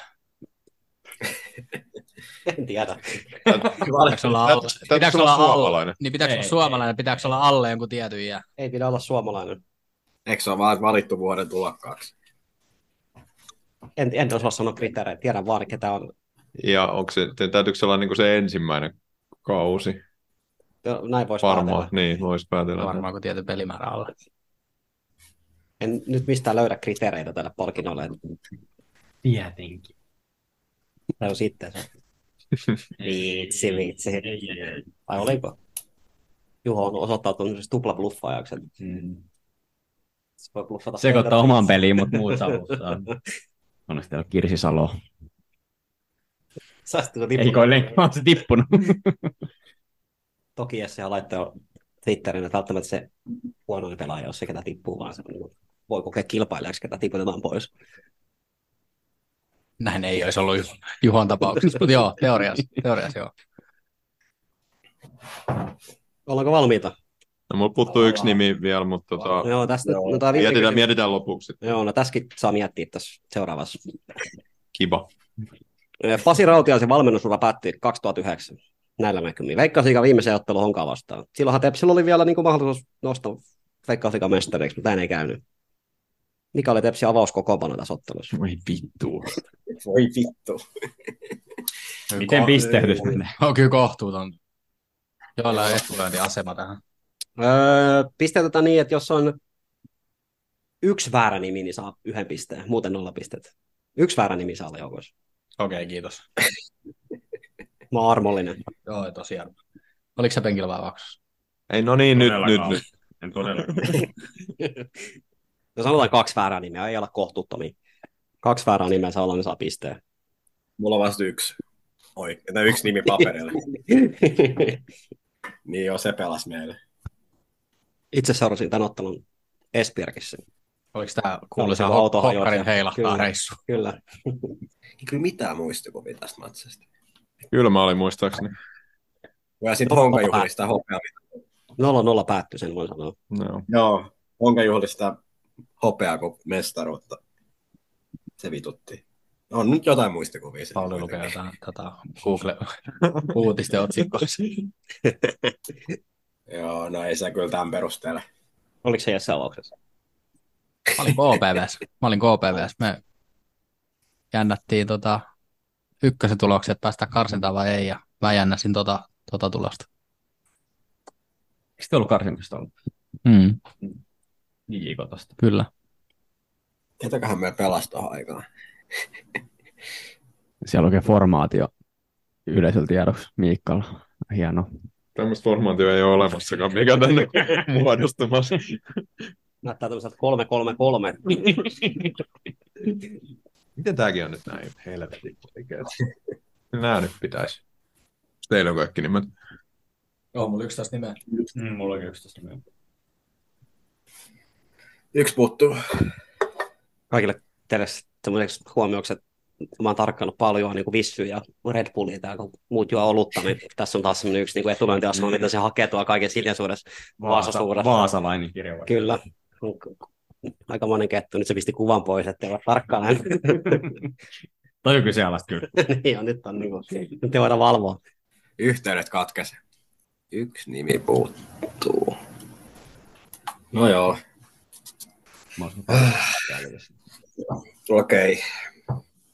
B: En tiedä.
F: Pitääkö olla alle? Pitääkö olla alle? Niin pitääkö
E: Ei,
F: olla suomalainen? Pitääkö olla alle jonkun tietyn iän?
B: Ei pidä olla suomalainen.
D: Eikö se ole vaan valittu vuoden tulokkaaksi?
B: En, en osaa sanoa kriteereitä. Tiedän vaan, ketä on.
C: Ja onko se, te- täytyykö se olla niin kuin se ensimmäinen kausi?
B: Näin voisi
C: Varmaan,
B: päätellä.
C: niin, voisi päätellä.
F: Varmaan kun tietyn pelimäärä alle.
B: En nyt mistään löydä kriteereitä tälle palkinnolle.
E: Tietenkin.
B: Tai on sitten se. Vitsi, vitsi.
E: Ei, ei, ei.
B: Vai oliko? Juho on osoittautunut siis tuplabluffajaksi.
E: Mm.
B: Se voi bluffata.
E: Sekoittaa oman peliin, mutta muut savustaa. Onneksi täällä on Kirsi Salo.
B: Säästynyt
E: Ei koilleen, mä oon se tippunut.
B: toki Jesse laittaa Twitterin, että välttämättä se huonoin pelaaja on se, ketä tippuu, vaan se on niin kuin, voi kokea kilpailijaksi, ketä tiputetaan pois.
F: Näin ei olisi ollut Ju- Juhon tapauksessa, mutta joo, teoriassa, teoriassa joo.
B: Ollaanko valmiita?
C: No, mulla puuttuu yksi nimi vielä, mutta tota,
B: No, joo, tästä
D: Joo.
B: No, tää viimeinen
C: mietitään,
B: kysymys.
C: mietitään lopuksi.
B: Joo, no tässäkin saa miettiä tässä seuraavassa.
C: Kiva.
B: Pasi Rautiaisen valmennusura päätti 2009 näillä näkymin. Veikkausliiga viimeisen ottelu Honkaa vastaan. Silloinhan Tepsillä oli vielä niin kuin mahdollisuus nostaa Veikkausliiga mestariksi, mutta näin ei käynyt. Mikä oli Tepsin avauskokoonpano tässä ottelussa?
C: Voi vittu.
D: Voi vittu.
E: Miten pisteytys menee?
F: On kyllä kohtuuton. Joilla ei etulyöntiasema tähän.
B: Öö, pisteetetään niin, että jos on yksi väärä nimi, niin saa yhden pisteen, muuten nolla pistettä. Yksi väärä nimi saa olla joukossa.
F: Okei, kiitos.
B: Mä oon armollinen.
F: Joo, tosiaan. Oliko se penkillä vai vaksossa?
C: Ei, no niin, nyt, nyt,
E: Todellakaan.
C: nyt.
E: En todellakaan.
B: No sanotaan kaksi väärää nimeä, ei olla kohtuuttomia. Kaksi väärää nimeä saa olla, niin saa pisteen.
D: Mulla on vasta yksi. Oi, että yksi nimi paperille. niin joo, se pelasi meille.
B: Itse seurasin tämän ottelun Espierkissä.
F: Oliko tämä kuuluisa
B: Tämä
F: ho-
B: on autohajoaja.
F: hokkarin heilahtaa
B: Kyllä.
F: reissu?
B: Kyllä.
D: Ei kyllä mitään muistikuvia tästä matsista.
C: Kylmä oli muistaakseni.
D: Ja sitten Honka juhli sitä hopeaa.
B: 0-0 päättyi, sen voin sanoa.
C: No.
D: Joo, Honka juhli sitä hopeaa kuin mestaruutta. Se vitutti. On nyt jotain muistikuvia. siitä
F: Pauli lukee
D: kuitenkin.
F: jotain tota, Google-uutisten otsikoissa.
D: Joo, no ei se kyllä tämän perusteella.
B: Oliko se Jesse avauksessa?
F: Mä olin KPVs. Mä olin KPVs. Me jännättiin tota, ykkösen tulokset, että päästään karsintaan vai ei, ja mä jännäsin tota, tota tulosta.
E: Eikö te ollut karsinnasta ollut?
F: Mm,
E: Jikotasta.
F: kyllä.
D: Ketäköhän me pelasi tuohon aikaan?
G: Siellä lukee formaatio yleisöltiedoksi Miikkalla. Hieno.
C: Tämmöistä formaatio ei ole olemassakaan, mikä tänne muodostumassa.
B: Näyttää tämmöiseltä 3-3-3.
C: Miten tämäkin on nyt näin? Helvetin oikein. Nämä nyt pitäisi. Teillä on kaikki nimet.
F: Joo, mulla 11 nimeä.
E: Mm, mulla oli 11 nimeä.
D: Yksi puuttuu.
B: Kaikille teille semmoiseksi huomioksi, että mä oon tarkkannut paljon niin Vissyä ja Red Bullia täällä, kun muut juo olutta, niin tässä on taas semmoinen yksi niin etulyöntiasema, mitä se hakee tuolla kaiken siljaisuudessa. Vaasasuurassa.
E: Vaasalainen kirja. vaikka.
B: Kyllä. Aika monen kettu. Nyt se pisti kuvan pois, ettei ole tarkkaan.
E: Toi on kyseenalaista kyllä.
B: niin on, nyt on niin kuin, nyt ei voida valvoa.
D: Yhteydet katkesi. Yksi nimi puuttuu. No joo,
E: Mä olisin
D: okei.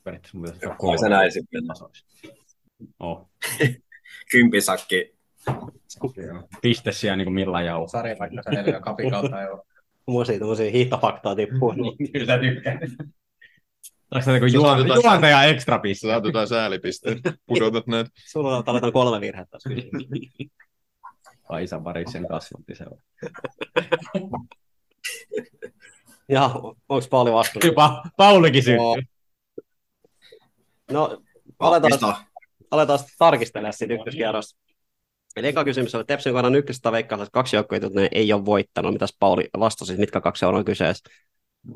E: periaatteessa mun pitäisi
D: Kai sä näin sitten.
E: tasoissa. Oh.
D: Kympisakki.
E: Piste siellä niin kuin millään jauha.
F: Sari vaikka se neljä kapin kautta jo.
B: Tuommoisia, tuommoisia hiihtofaktaa tippuu. Niin.
E: Kyllä tykkään. Onko se niin
C: Sä saat jotain-
E: juontaja ekstra piste?
C: Sä saat jotain säälipisteet. Pudotat näitä.
B: Sulla on tarvitaan kolme virhettä.
E: Kaisa Pariksen kasvatti se.
B: ja onko Pauli vastuussa?
E: Jopa Paulikin syy.
D: Joo.
B: No, aletaan,
D: Pista.
B: aletaan sitten tarkistella siitä ykköskierrosta. Eli eka kysymys on, että Tepsin kannan ykkösestä veikkaa, että kaksi joukkoja, jotka ne ei ole voittanut. Mitäs Pauli vastasi, mitkä kaksi on kyseessä?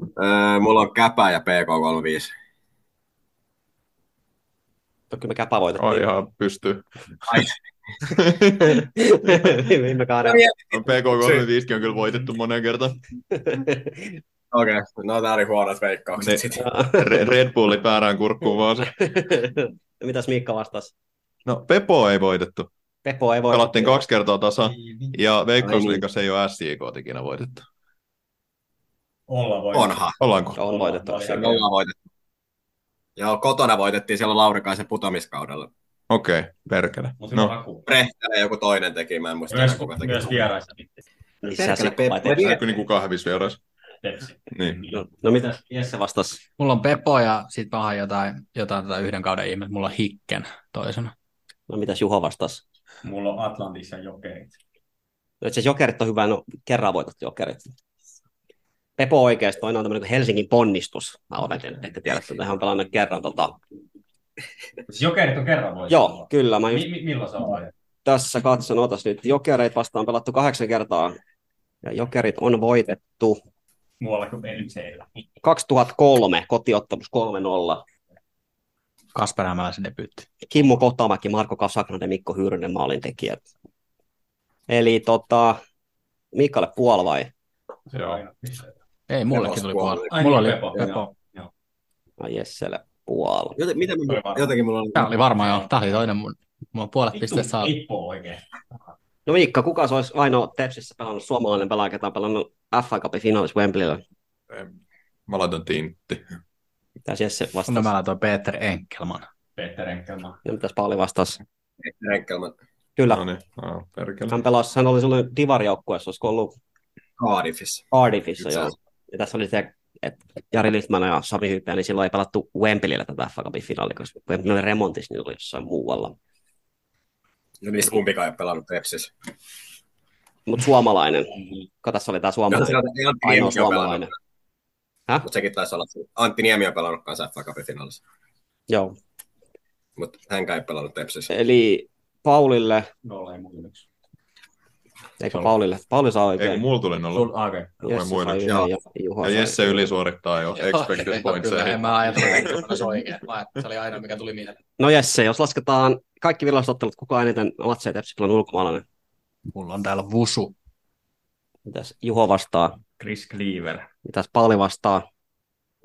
D: Öö, mulla on käpä ja PK35.
B: No, Kyllä me käpä voitettiin.
C: Ai ihan pystyy.
B: Viime kauden.
C: PK35 on kyllä voitettu moneen kertaan.
D: Okei, okay. no tää oli huonot
C: Ne-
D: veikkaukset sitten.
C: Re- Red Bulli päärään kurkkuun vaan se.
B: Mitäs Miikka vastasi?
C: No Pepo ei voitettu.
B: Pepo ei voi.
C: Pelattiin kaksi kertaa tasa. Ja Veikkausliikassa ei ole SJK ikinä voitettu.
E: Olla voi.
D: Onha.
C: Ollaanko?
B: On voitettu.
D: Me ollaan voitettu. Joo, kotona voitettiin siellä Laurikaisen putoamiskaudella.
C: Okei, okay, perkele. No,
E: No.
D: Prehtele joku toinen teki, mä en muista
E: Myös,
D: enää, kuka teki.
E: myös vieraissa
B: Lisää
D: Perkele,
B: sikkaa
D: Pepo.
B: eteenpäin.
C: niin kuin kahvisvieras.
E: Tepsi.
C: Niin.
B: No, no mitä Jesse vastasi?
F: Mulla on Pepo ja sit mä oon jotain, jotain tota yhden kauden ihmettä. Mulla on Hikken toisena.
B: No mitäs Juho vastasi?
E: Mulla on Atlantissa jokerit.
B: No itse asiassa jokerit on hyvä, no kerran voitat jokerit. Pepo oikeasti toinen on tämmöinen kuin Helsingin ponnistus. Mä oletin, että tiedätte, että hän on pelannut kerran. Tota...
E: Siis jokerit on kerran voitettu.
B: Joo, kyllä. Mä just
E: Mi- mi- milloin se on voitettu?
B: tässä katson, otas nyt. Jokereit vastaan pelattu kahdeksan kertaa. Ja jokerit on voitettu
E: Muualla kuin Benseillä.
B: 2003 kotiottelus 3-0.
F: Kasper Hämäläisen debyytti.
B: Kimmo Kotamäki, Marko Kasakran ja Mikko Hyyrynen maalintekijät. Eli tota, Mikalle puol vai?
C: Joo.
F: Ei, mullekin
D: Pepo
F: tuli
D: puoli.
F: puoli.
E: Ai,
F: Mulla oli
E: niin,
F: Pepo.
E: Pepo,
F: Pepo.
B: Ai Jesselle puol.
D: Joten, mitä
E: Toi
D: mä,
E: varmaan.
D: jotenkin mulla on...
F: Tää oli varmaan jo. Tää oli toinen mun. Mulla on puolet pisteet saa.
E: Lippu oikein.
B: No Miikka, kuka se olisi ainoa Tepsissä pelannut suomalainen pelaaja, ketä on pelannut FA Cupin finaalissa Wembleyllä?
C: Mä laitan tintti.
B: Mitäs Jesse
F: No
B: vastasi?
F: mä laitoin Peter Enkelman.
E: Peter Enkelman.
B: Ja mitäs Pauli vastasi?
D: Renkelman
B: Kyllä,
C: No niin, no, perkele.
B: hän pelasi, hän oli silloin divarijoukkueessa, olisiko ollut
D: Cardiffissa.
B: Cardiffissa
D: Itse
B: joo.
D: asiassa.
B: Ja tässä oli se, että Jari Littmanen ja Sami Hyppä, niin silloin ei pelattu Wembleyllä tätä FA Cupin finaalia, koska Wembley oli remontissa, niin oli jossain muualla.
D: No niistä kumpikaan ei ole pelannut Tepsissä.
B: Mutta suomalainen. Katas oli tämä suomalainen.
D: Antti
B: Ainoa
D: Niemikin on pelannut,
B: suomalainen. Häh?
D: mutta sekin taisi olla. Antti Niemi on pelannut kanssa FA Cupin finaalissa,
B: Joo.
D: mutta hänkään ei pelannut Tepsissä.
B: Eli Paulille,
E: Nolla ei mulla yksi.
B: eikö Paulille? Pauli saa
C: Ei, kun
B: oikein.
C: mulla tuli nolla.
E: Sul- ah, Okei.
C: Mulla
B: Jesse
C: ei muina.
B: sai yhden
D: Joo.
B: ja Juha
C: Ja
B: sai
C: Jesse yli suorittaa jo expected
F: Kyllä, en
C: pointseihin.
F: mä ajatellut, että se olisi oikein, vaan se oli ainoa, mikä tuli mieleen.
B: No Jesse, jos lasketaan kaikki viralliset ottelut, kuka eniten matseja Tepsi on ulkomaalainen?
F: Mulla on täällä Vusu.
B: Mitäs Juho vastaa?
E: Chris Cleaver.
B: Mitäs Pauli vastaa?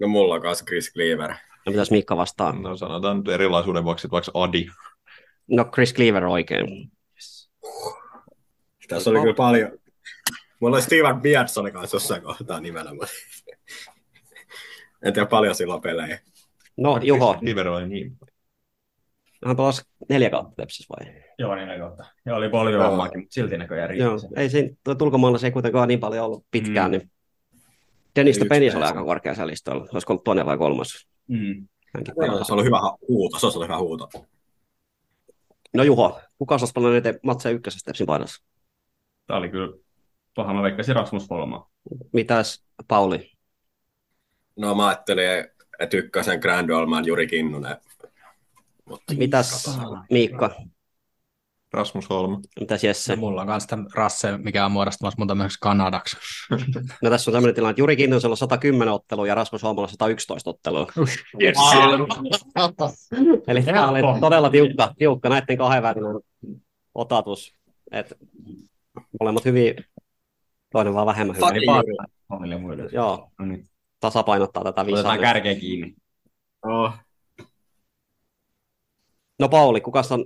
D: No mulla on kanssa Chris Cleaver.
B: Ja mitäs Mikka vastaa?
C: No sanotaan nyt erilaisuuden vuoksi että vaikka Adi.
B: No Chris Cleaver oikein.
D: Tässä oli kyllä paljon. Mulla oli Steven Beardson kanssa jossain kohtaa nimenä, mutta en tiedä paljon sillä on pelejä.
B: No Juho,
C: Kiveroi niin.
B: hän pelasi neljä kautta Tepsis vai?
E: Joo, niin kautta. Joo, oli paljon
D: Joo.
E: vammaakin, mutta silti näköjään riitti.
B: Joo,
E: se.
B: ei siinä, tuo ulkomailla se ei kuitenkaan niin paljon ollut pitkään, mm. niin Denistä
D: Yksi
B: Penis oli
D: pääsi.
B: aika korkeassa listoilla. Olisiko ollut toinen vai kolmas?
E: Mm.
B: Hänkin pelasi.
D: Se oli hyvä ha- huuto, se olisi ollut hyvä huuto.
B: No Juho, kuka osasi paljon näitä matseja ykkösestä Tepsin paidassa?
E: Tämä oli kyllä paha. Mä veikkasin Rasmus Holmaa.
B: Mitäs Pauli?
D: No mä ajattelin, että ykkösen Grand Olman Juri Kinnunen. Mutta
B: Mitäs Miikka?
C: Rasmus Holm.
B: Mitäs Jesse?
F: Ja mulla on myös Rasse, mikä on muodostumassa mun tämmöiseksi Kanadaksi.
B: No tässä on tämmöinen tilanne, että Juri Kintusella on 110 ottelua ja Rasmus Holmalla 111 ottelua.
E: Yes.
B: Eli tämä oli
E: Helppo.
B: todella tiukka, tiukka näiden kahden välinen otatus. Et molemmat hyvin, toinen vaan vähemmän hyvä.
D: Fucking
E: paljon.
D: Juri.
E: Omille muille.
B: Joo,
E: No niin.
B: tasapainottaa tätä visaa.
E: Otetaan
B: nyt.
E: kärkeä kiinni.
D: Oh,
B: No Pauli, kuka on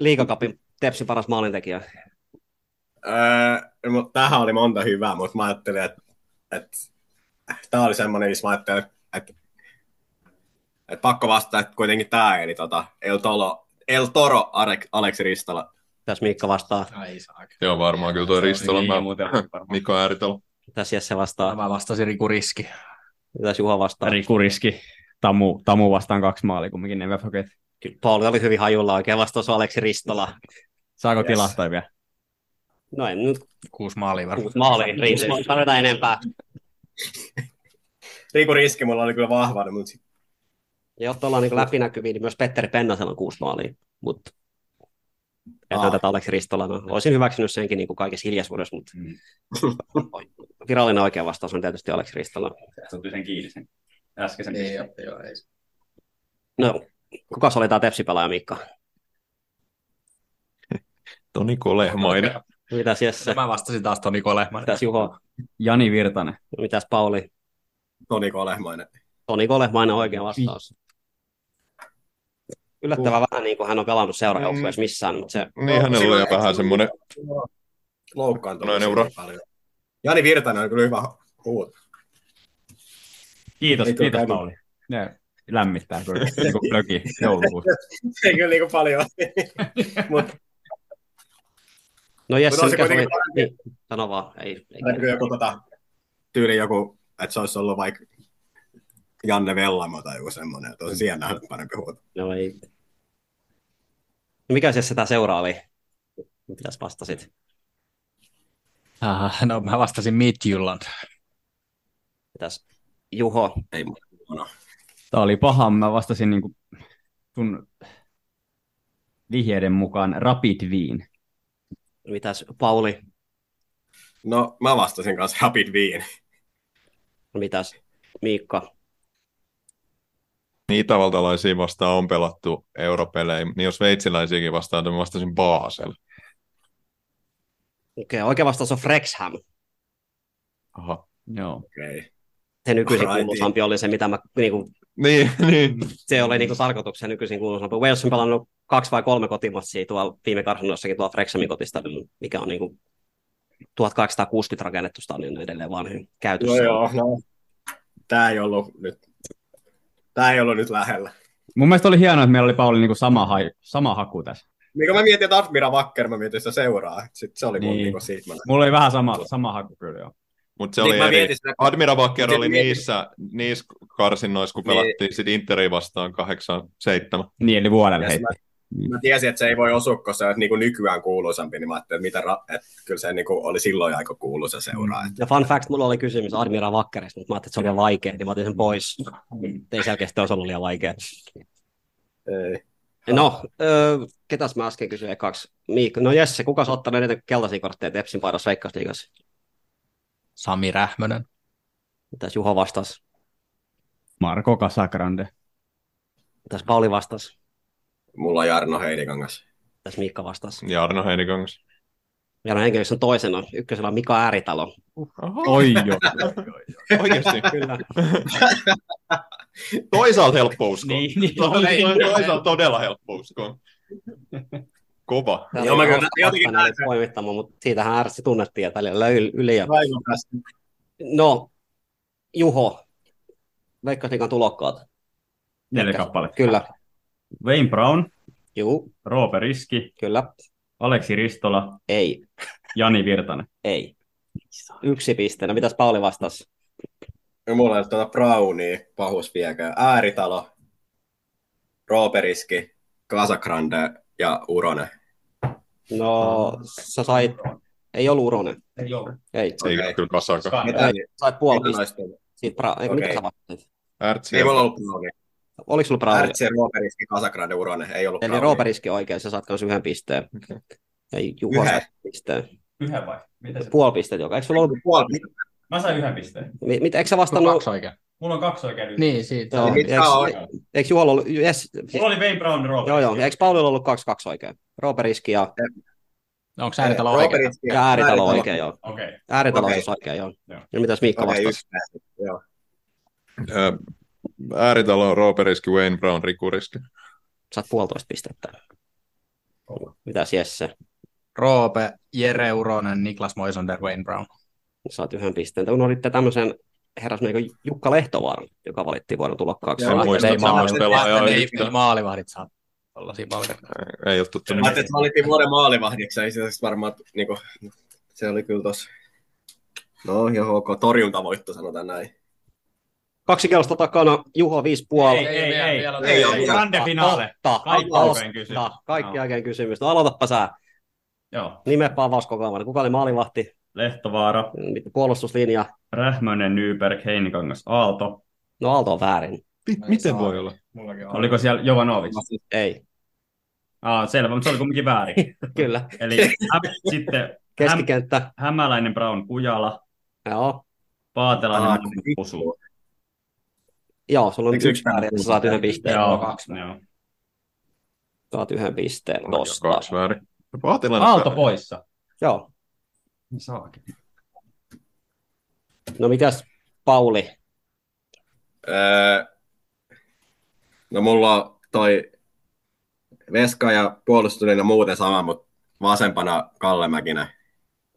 B: liigakapin Tepsin paras maalintekijä?
D: Öö, mut tämähän oli monta hyvää, mutta mä ajattelin, että, että tämä oli semmoinen, missä mä ajattelin, että, että pakko vastata, että kuitenkin tämä, eli tota, El, Tolo, El Toro Alek, Aleksi Ristala.
B: Tässä Miikka vastaa,
F: Ai saakka.
C: Joo, varmaan kyllä tuo Ristola.
E: Niin,
C: Mä,
E: muuten varmaan.
C: Mikko Ääritalo.
B: tässä Jesse vastaa,
F: Mä vastasin Riku Riski.
B: tässä Juha vastaa.
E: Riku Riski. Tamu, Tamu vastaan kaksi maalia kumminkin, niin never forget.
B: Pauli oli hyvin hajulla, oikein vastaus on Aleksi Ristola.
E: Saako
D: Yes.
E: yes. kilahtaa vielä?
B: No en nyt
F: Kuusi maalia varmaan.
B: kuusi maalia, riitti, tarvitaan enempää.
D: Riku Riski mulla oli kyllä vahvana, mutta sit-
B: Ja jotta ollaan niin läpinäkyviä, niin myös Petteri Pennasella on kuusi maalia, mutta
D: Aa.
B: jätän tätä Aleksi Ristolana. Olisin hyväksynyt senkin niin kuin kaikessa hiljaisuudessa, mutta
E: Mm.
B: virallinen oikea vastaus on tietysti Aleksi Ristola.
E: Se on sen kiinni sen äskeisen.
F: Ei, joo, joo, ei.
B: No, kuka oli tämä Tepsi-pelaaja, Mikka?
C: Toni Kolehmainen.
B: Mitäs Jesse?
F: Mä vastasin taas Toni Kolehman.
B: Mitäs Juho?
E: Jani Virtanen.
B: Mitäs Pauli?
D: Toni Kolehmainen.
B: Toni Kolehmainen on oikea vastaus. Yllättävän vähän niin kuin hän on pelannut seurajoukkueessa missään, mutta se
C: Niin, hänellä oli jo vähän semmoinen
D: Loukkaantunut.
C: Noin euro.
D: siitä paljon. Jani Virtanen on kyllä hyvä huuto.
E: Kiitos,
D: Ei tuo
E: kiitos
D: käynyt.
E: Pauli. Ne lämmittää kyllä, niin kuin plöki joulukuussa.
D: Ei kyllä niin paljon. mutta
B: No Jesse,
D: Mutta on se
B: mikä se oli?
D: kuitenkin
B: Niin, sano vaan. Ei, ei.
D: näkyy joku tota, tyyli joku, että se olisi ollut vaikka Janne Vellamo tai joku semmoinen, että on siellä nähnyt parempi huuto.
B: No ei. No, mikä se tämä seura oli? Mitäs vastasit?
F: Aha, no mä vastasin Midjylland.
B: Mitäs Juho?
D: Ei
E: Tämä oli paha, mä vastasin niin kuin sun vihjeiden mukaan Rapid Wien.
B: Mitäs Pauli?
D: No, mä vastasin kanssa Rapid Wien.
B: Mitäs Miikka?
C: Niin itävaltalaisia vastaan on pelattu europelejä, niin jos sveitsiläisiäkin vastaan, niin mä vastasin Basel.
B: Okei, oikea vastaus on Frexham.
C: Aha.
E: Joo.
D: Okei.
B: Se nykyisin
D: Alrighty.
B: kuuluisampi oli se, mitä mä, niin kuin,
C: Niin, niin.
D: Mm.
B: se oli niin kuin tarkoituksen nykyisin kuuluisampi. Wales on pelannut kaksi vai kolme kotimatsia tuolla viime karsinnoissakin tuolla Frexhamin kotistadionilla, mikä on niin kuin 1860 rakennettu stadion edelleen vanhin
D: No
B: käytössä.
D: joo, no. Tää ei ollut nyt, tää ei ollut nyt lähellä.
E: Mun mielestä oli hienoa, että meillä oli Pauli niin kuin sama, hai, sama haku tässä.
D: Niin mä mietin, että Admira Wacker, mä mietin sitä seuraa. Sitten se oli mun
E: Niin.
D: niin. niinku siitä. Mä...
E: Mulla oli vähän sama, sama haku kyllä joo.
C: Mutta se
D: niin,
C: oli
D: mä
C: eri.
D: mietin sitä,
C: Admira Wacker
D: Mut
C: oli
D: sit mietin-
C: niissä, niissä karsinnoissa, kun
D: Niin.
C: pelattiin sit Interi vastaan 8-7.
E: Niin, eli vuodelle
D: Ja
E: heitti.
D: mä, Mä tiesin, että se ei voi osua, kun se on niin kuin nykyään kuuluisampi, niin mä ajattelin, että, mitä ra- että kyllä se niin kuin oli silloin aika kuuluisa seuraa. Että
B: Ja fun fact, mulla oli kysymys Admira Vakkerista, mutta mä ajattelin, että se oli liian vaikea, niin mä otin sen pois. Ei se oikeasti olisi ollut liian vaikea.
D: ei.
B: No, öö, ketäs mä äsken kysyin ekaksi? Miikka. No Jesse, kuka on ottanut eniten keltaisia kortteja Tepsin paidassa Veikkausliigassa?
F: Sami Rähmönen.
B: Mitäs Juho vastasi?
G: Marko Casagrande.
B: Mitäs Pauli vastasi?
D: Mulla on Jarno Heinikangas.
B: Mitäs Miikka vastasi?
C: Ja Arno Heinikangas.
B: Meillä on henkilössä on toisena. Ykkösellä on Mika Ääritalo.
G: Oi joo.
C: Oikeasti.
B: Kyllä.
C: Toisaalta helppo uskoa.
E: Niin, niin.
C: Toisaalta todella helppo uskoa. Kova.
D: Joo, mä kyllä jotenkin näin sen.
B: poimittamaan, mutta siitähän ärsi tunnettiin, että välillä löi yl- yli. Ja...
D: Aivan tästä.
B: No, Juho, Veikkausliigan tulokkaat.
E: Neljä kappaletta.
B: Kyllä,
E: Wayne Brown,
B: juu,
E: Roope Riski,
B: kyllä,
E: Aleksi Ristola,
B: ei,
E: Jani Virtanen.
B: ei. Yksi piste. No mitäs Pauli vastasi?
D: Ja mulla on tuota Brownia, pahus viekö, Ääritalo, Rooperiski, Casagrande ja Uronen.
B: No, sä sait, ei ollut Uronen,
E: Ei ole.
B: ei.
C: Ei
D: Okei.
C: kyllä kasaakaan.
D: Mitä,
B: Sait puoli
D: mitä
B: pistettä
D: noista?
B: siitä, pra- okay. mitä
D: Okei.
B: sä vastasit?
C: Ärtsi.
D: Ei mulla ollut Brownia.
B: Oliko sulla Brauli?
D: Ärtsi, Rooperiski, Casagrande, Uronen. Ei ollut
B: Eli
D: Brownia.
B: Rooperiski oikein, sä saat myös yhden pisteen.
C: Okei.
B: Ja Juho
D: Yhden.
B: sai pisteen.
E: Yhden vai? Mitä se?
B: Puoli pistettä joka. Eikö sulla ollut,
D: Puoli.
E: Mä sain yhden pisteen.
B: mi- mitä, eikö sä vastannut?
F: Kaksi oikein.
E: Mulla on kaksi oikein.
F: Niin, siitä.
B: Joo,
D: Mitä on?
B: eikö, eikö Juholla ollut, yes, siis,
E: Mulla oli Wayne Brown ja Roope.
B: joo joo, eikö Paulilla ollut kaksi kaksi oikein? Rooperiski ja,
F: Onko sä äänitalo oikein?
D: Rooperiski
B: ja ääritalo oikein, joo.
E: Okei. Okay.
B: Ääritalo
D: Okei.
B: okay. oikein, joo.
E: Joo.
B: Ja mitäs Miikka
D: Okei,
B: vastasi?
D: yksi näistä. Joo.
C: Ö, äh, Ääritalo, Rooperiski, Wayne Brown, Rikuriski.
B: Saat puolitoista pistettä. Mitäs Jesse?
F: Roope, Jere Uronen, Niklas Moisander, Wayne Brown.
B: Saat yhden pisteen. Unohditte tämmöisen herrasmiekon Jukka Lehtovaaran, joka valittiin vuoden tulokkaaksi.
D: Joo.
F: Mä
C: muistat
F: ajattelin, maali-
C: samoista pelaajaa
F: mä ajattelin,
C: yhtään.
F: ei maalivahdit saa tollaisia palkintoja.
C: Ei ole tuttu
D: Mä ajattelin, että mä olitin vuoden maalivahdiksi, ei se siis varmaan, niin kuin, se oli kyllä tossa. No joo, ok, torjuntavoitto sanotaan näin.
B: Kaksi kellosta takana, Juho 5,5.
E: Ei, ei,
F: vielä-
E: ei.
F: vielä-
E: Ei,
D: ei,
E: ei. Grande finale.
B: Totta,
E: Kaikki
B: totta,
E: oikein kysymys.
B: Kaikki
E: Joo.
B: oikein kysymys. No aloitapa sä.
E: Joo.
B: Nimeäpä avauskokoelman. Kuka oli maalivahti?
E: Lehtovaara,
B: Mm, Puolustuslinja.
E: Rähmönen, Nyberg, Heinikangas, Aalto.
B: No Aalto on väärin.
C: Miten voi olla?
F: Mullakin on.
E: Oliko siellä Jovanovic?
B: Ei.
E: Aa, selvä, mutta se oli kumminkin väärin.
B: Kyllä.
E: Eli hä- sitten
B: Keskikenttä.
E: Hämäläinen, Brown, Kujala,
B: Joo.
E: Paatelainen,
D: Aa,
E: Malm, Pusu.
B: Joo, sulla on
D: Eikö
B: yksi
D: yhtään
B: väärin, että sä
D: muuta?
B: saat yhden pisteen.
E: Joo, joo.
B: Saat yhden pisteen
C: Mulla on jo
B: tosta.
C: Kaksi väärin. Vaatilainen.
E: Aalto poissa.
B: Joo.
E: Saakin.
B: No mitäs Pauli?
D: Öö, no mulla on toi Veska ja puolustuslinja muuten sama, mutta vasempana Kalle Mäkinen.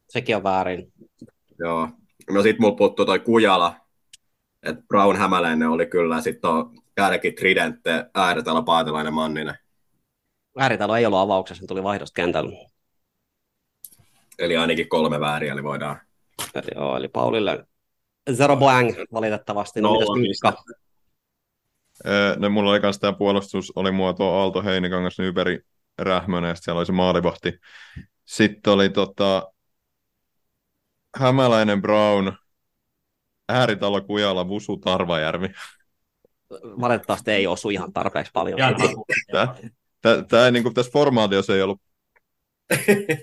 B: Sekin on väärin.
D: Joo. No sit mulla puuttuu toi Kujala, että Brown Hämäläinen oli kyllä, sit on kärki Tridentte, Ääretalo, Paatelainen, Manninen.
B: Ääritalo ei ollut avauksessa, se tuli vaihdosta kentällä.
D: Eli ainakin kolme vääriä, eli voidaan
B: Ö, Joo, eli Paulille zero blank valitettavasti. No,
D: Nolla
B: mitäs Miikka?
C: Öö, No, mulla oli myös tämä puolustus, oli muoto Aalto, Heinikangas, Nyberi, Rähmönen, ja sit siellä oli se maalivahti. Sitten oli tota, Hämäläinen, Brown, Ääritalo, Kujala, Vusu, Tarvajärvi.
B: Valitettavasti ei osu ihan tarpeeksi paljon.
C: Tää, tää ei, niin kuin, tässä formaatiossa ei ollut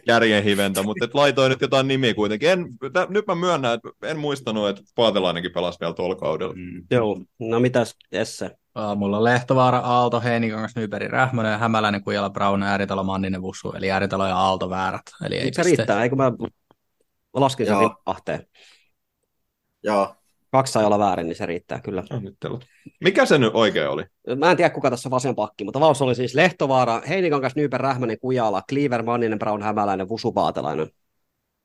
C: järjen hiventä, mutta et laitoin nyt jotain nimiä kuitenkin. En, tä, nyt mä myönnän, että en muistanut, että Paatelainenkin pelasi vielä tuolla kaudella.
B: Joo. No mitäs Jesse?
F: Aa, Mulla on Lehtovaara, Aalto, Heinikangas, Nyberg, Rähmönen, Hämäläinen, Kujala, Brown, Ääritalo, Manninen, Vusu. Eli Ääritalo ja Aalto väärät. Eli ei
B: Nyt se
F: piste.
B: riittää, eikö mä laskin sen
D: Joo.
B: kahteen.
D: Joo,
B: Kaksi sai olla väärin, niin se riittää kyllä.
C: Onnittelut. Mikä se nyt oikein oli?
B: Mä en tiedä, kuka tässä on vasen pakki, mutta vaus oli siis Lehtovaara, Heinikangas, Nyyper, Rähmänen, Kujala, Cleaver, Manninen, Brown, Hämäläinen, Vusu, Paatelainen.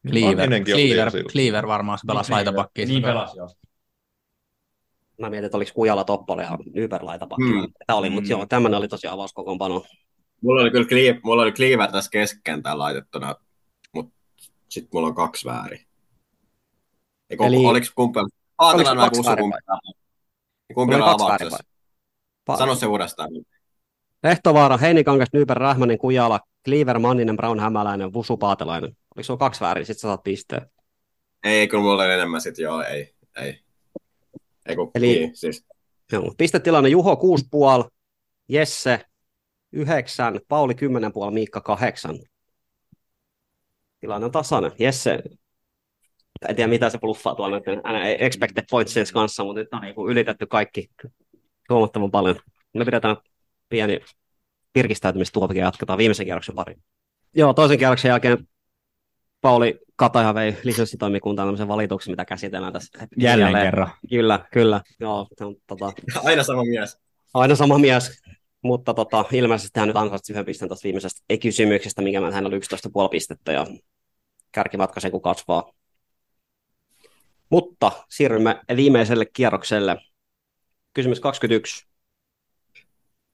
F: Cleaver,
C: Manninenkin oli
F: Cleaver,
C: silloin.
F: Cleaver varmaan se pelasi laitapakkiin.
E: Niin pelasi, joo.
B: Mä mietin, että oliko Kujala Toppale ja Nyyper laitapakki.
D: Hmm.
B: Tämä oli, mutta
E: Hmm.
B: joo, tämmöinen oli tosiaan avauskokoonpano.
D: Mulla oli kyllä Cleaver, mulla oli Cleaver tässä keskentällä laitettuna, mutta sitten mulla on kaksi väärin. Eiku,
B: Eli-
D: Eli... Oliko kumpi? Aatelan vai
B: kaksi
D: Kusu
B: väärin
D: kumpi?
B: vai?
D: Kumpi
B: Oli
D: on
B: kaksi väärin
D: avauksessa?
B: vai? Pa-
D: Sano se uudestaan.
B: Lehtovaara, Heinikangas, Nyber, Rähmänen, Kujala, Cleaver, Manninen, Brown, Hämäläinen, Vusu, Paatelainen. Oliko sulla kaksi väärin, sit sä saat pisteen.
D: Ei, kyllä mulla oli enemmän sit, joo, ei, ei. ei kun,
B: Eli-
D: Eli... niin, siis.
B: Joo. Pistetilanne Juho 6,5, Jesse 9, Pauli 10,5, Miikka 8. Tilanne on tasainen. Jesse, en tiedä mitä se bluffaa tuolla nyt ää, expected pointsien kanssa, mutta nyt on niinku ylitetty kaikki huomattavan paljon. Me pidetään pieni virkistäytymistuopike ja jatketaan viimeisen kierroksen pari. Joo, toisen kierroksen jälkeen Pauli Kataja vei lisenssitoimikuntaan tämmöisen valituksen, mitä käsitellään tässä.
G: Jälleen kerran.
B: Kyllä, kyllä. Joo, se on, tota,
D: Aina sama mies.
B: Aina sama mies, mutta tota, ilmeisesti hän nyt ansaitsi yhden pisteen tuosta viimeisestä ei kysymyksestä, minkä mä hän oli 11,5 pistettä ja kärkimatka sen kun kasvaa. Mutta siirrymme viimeiselle kierrokselle. Kysymys 21.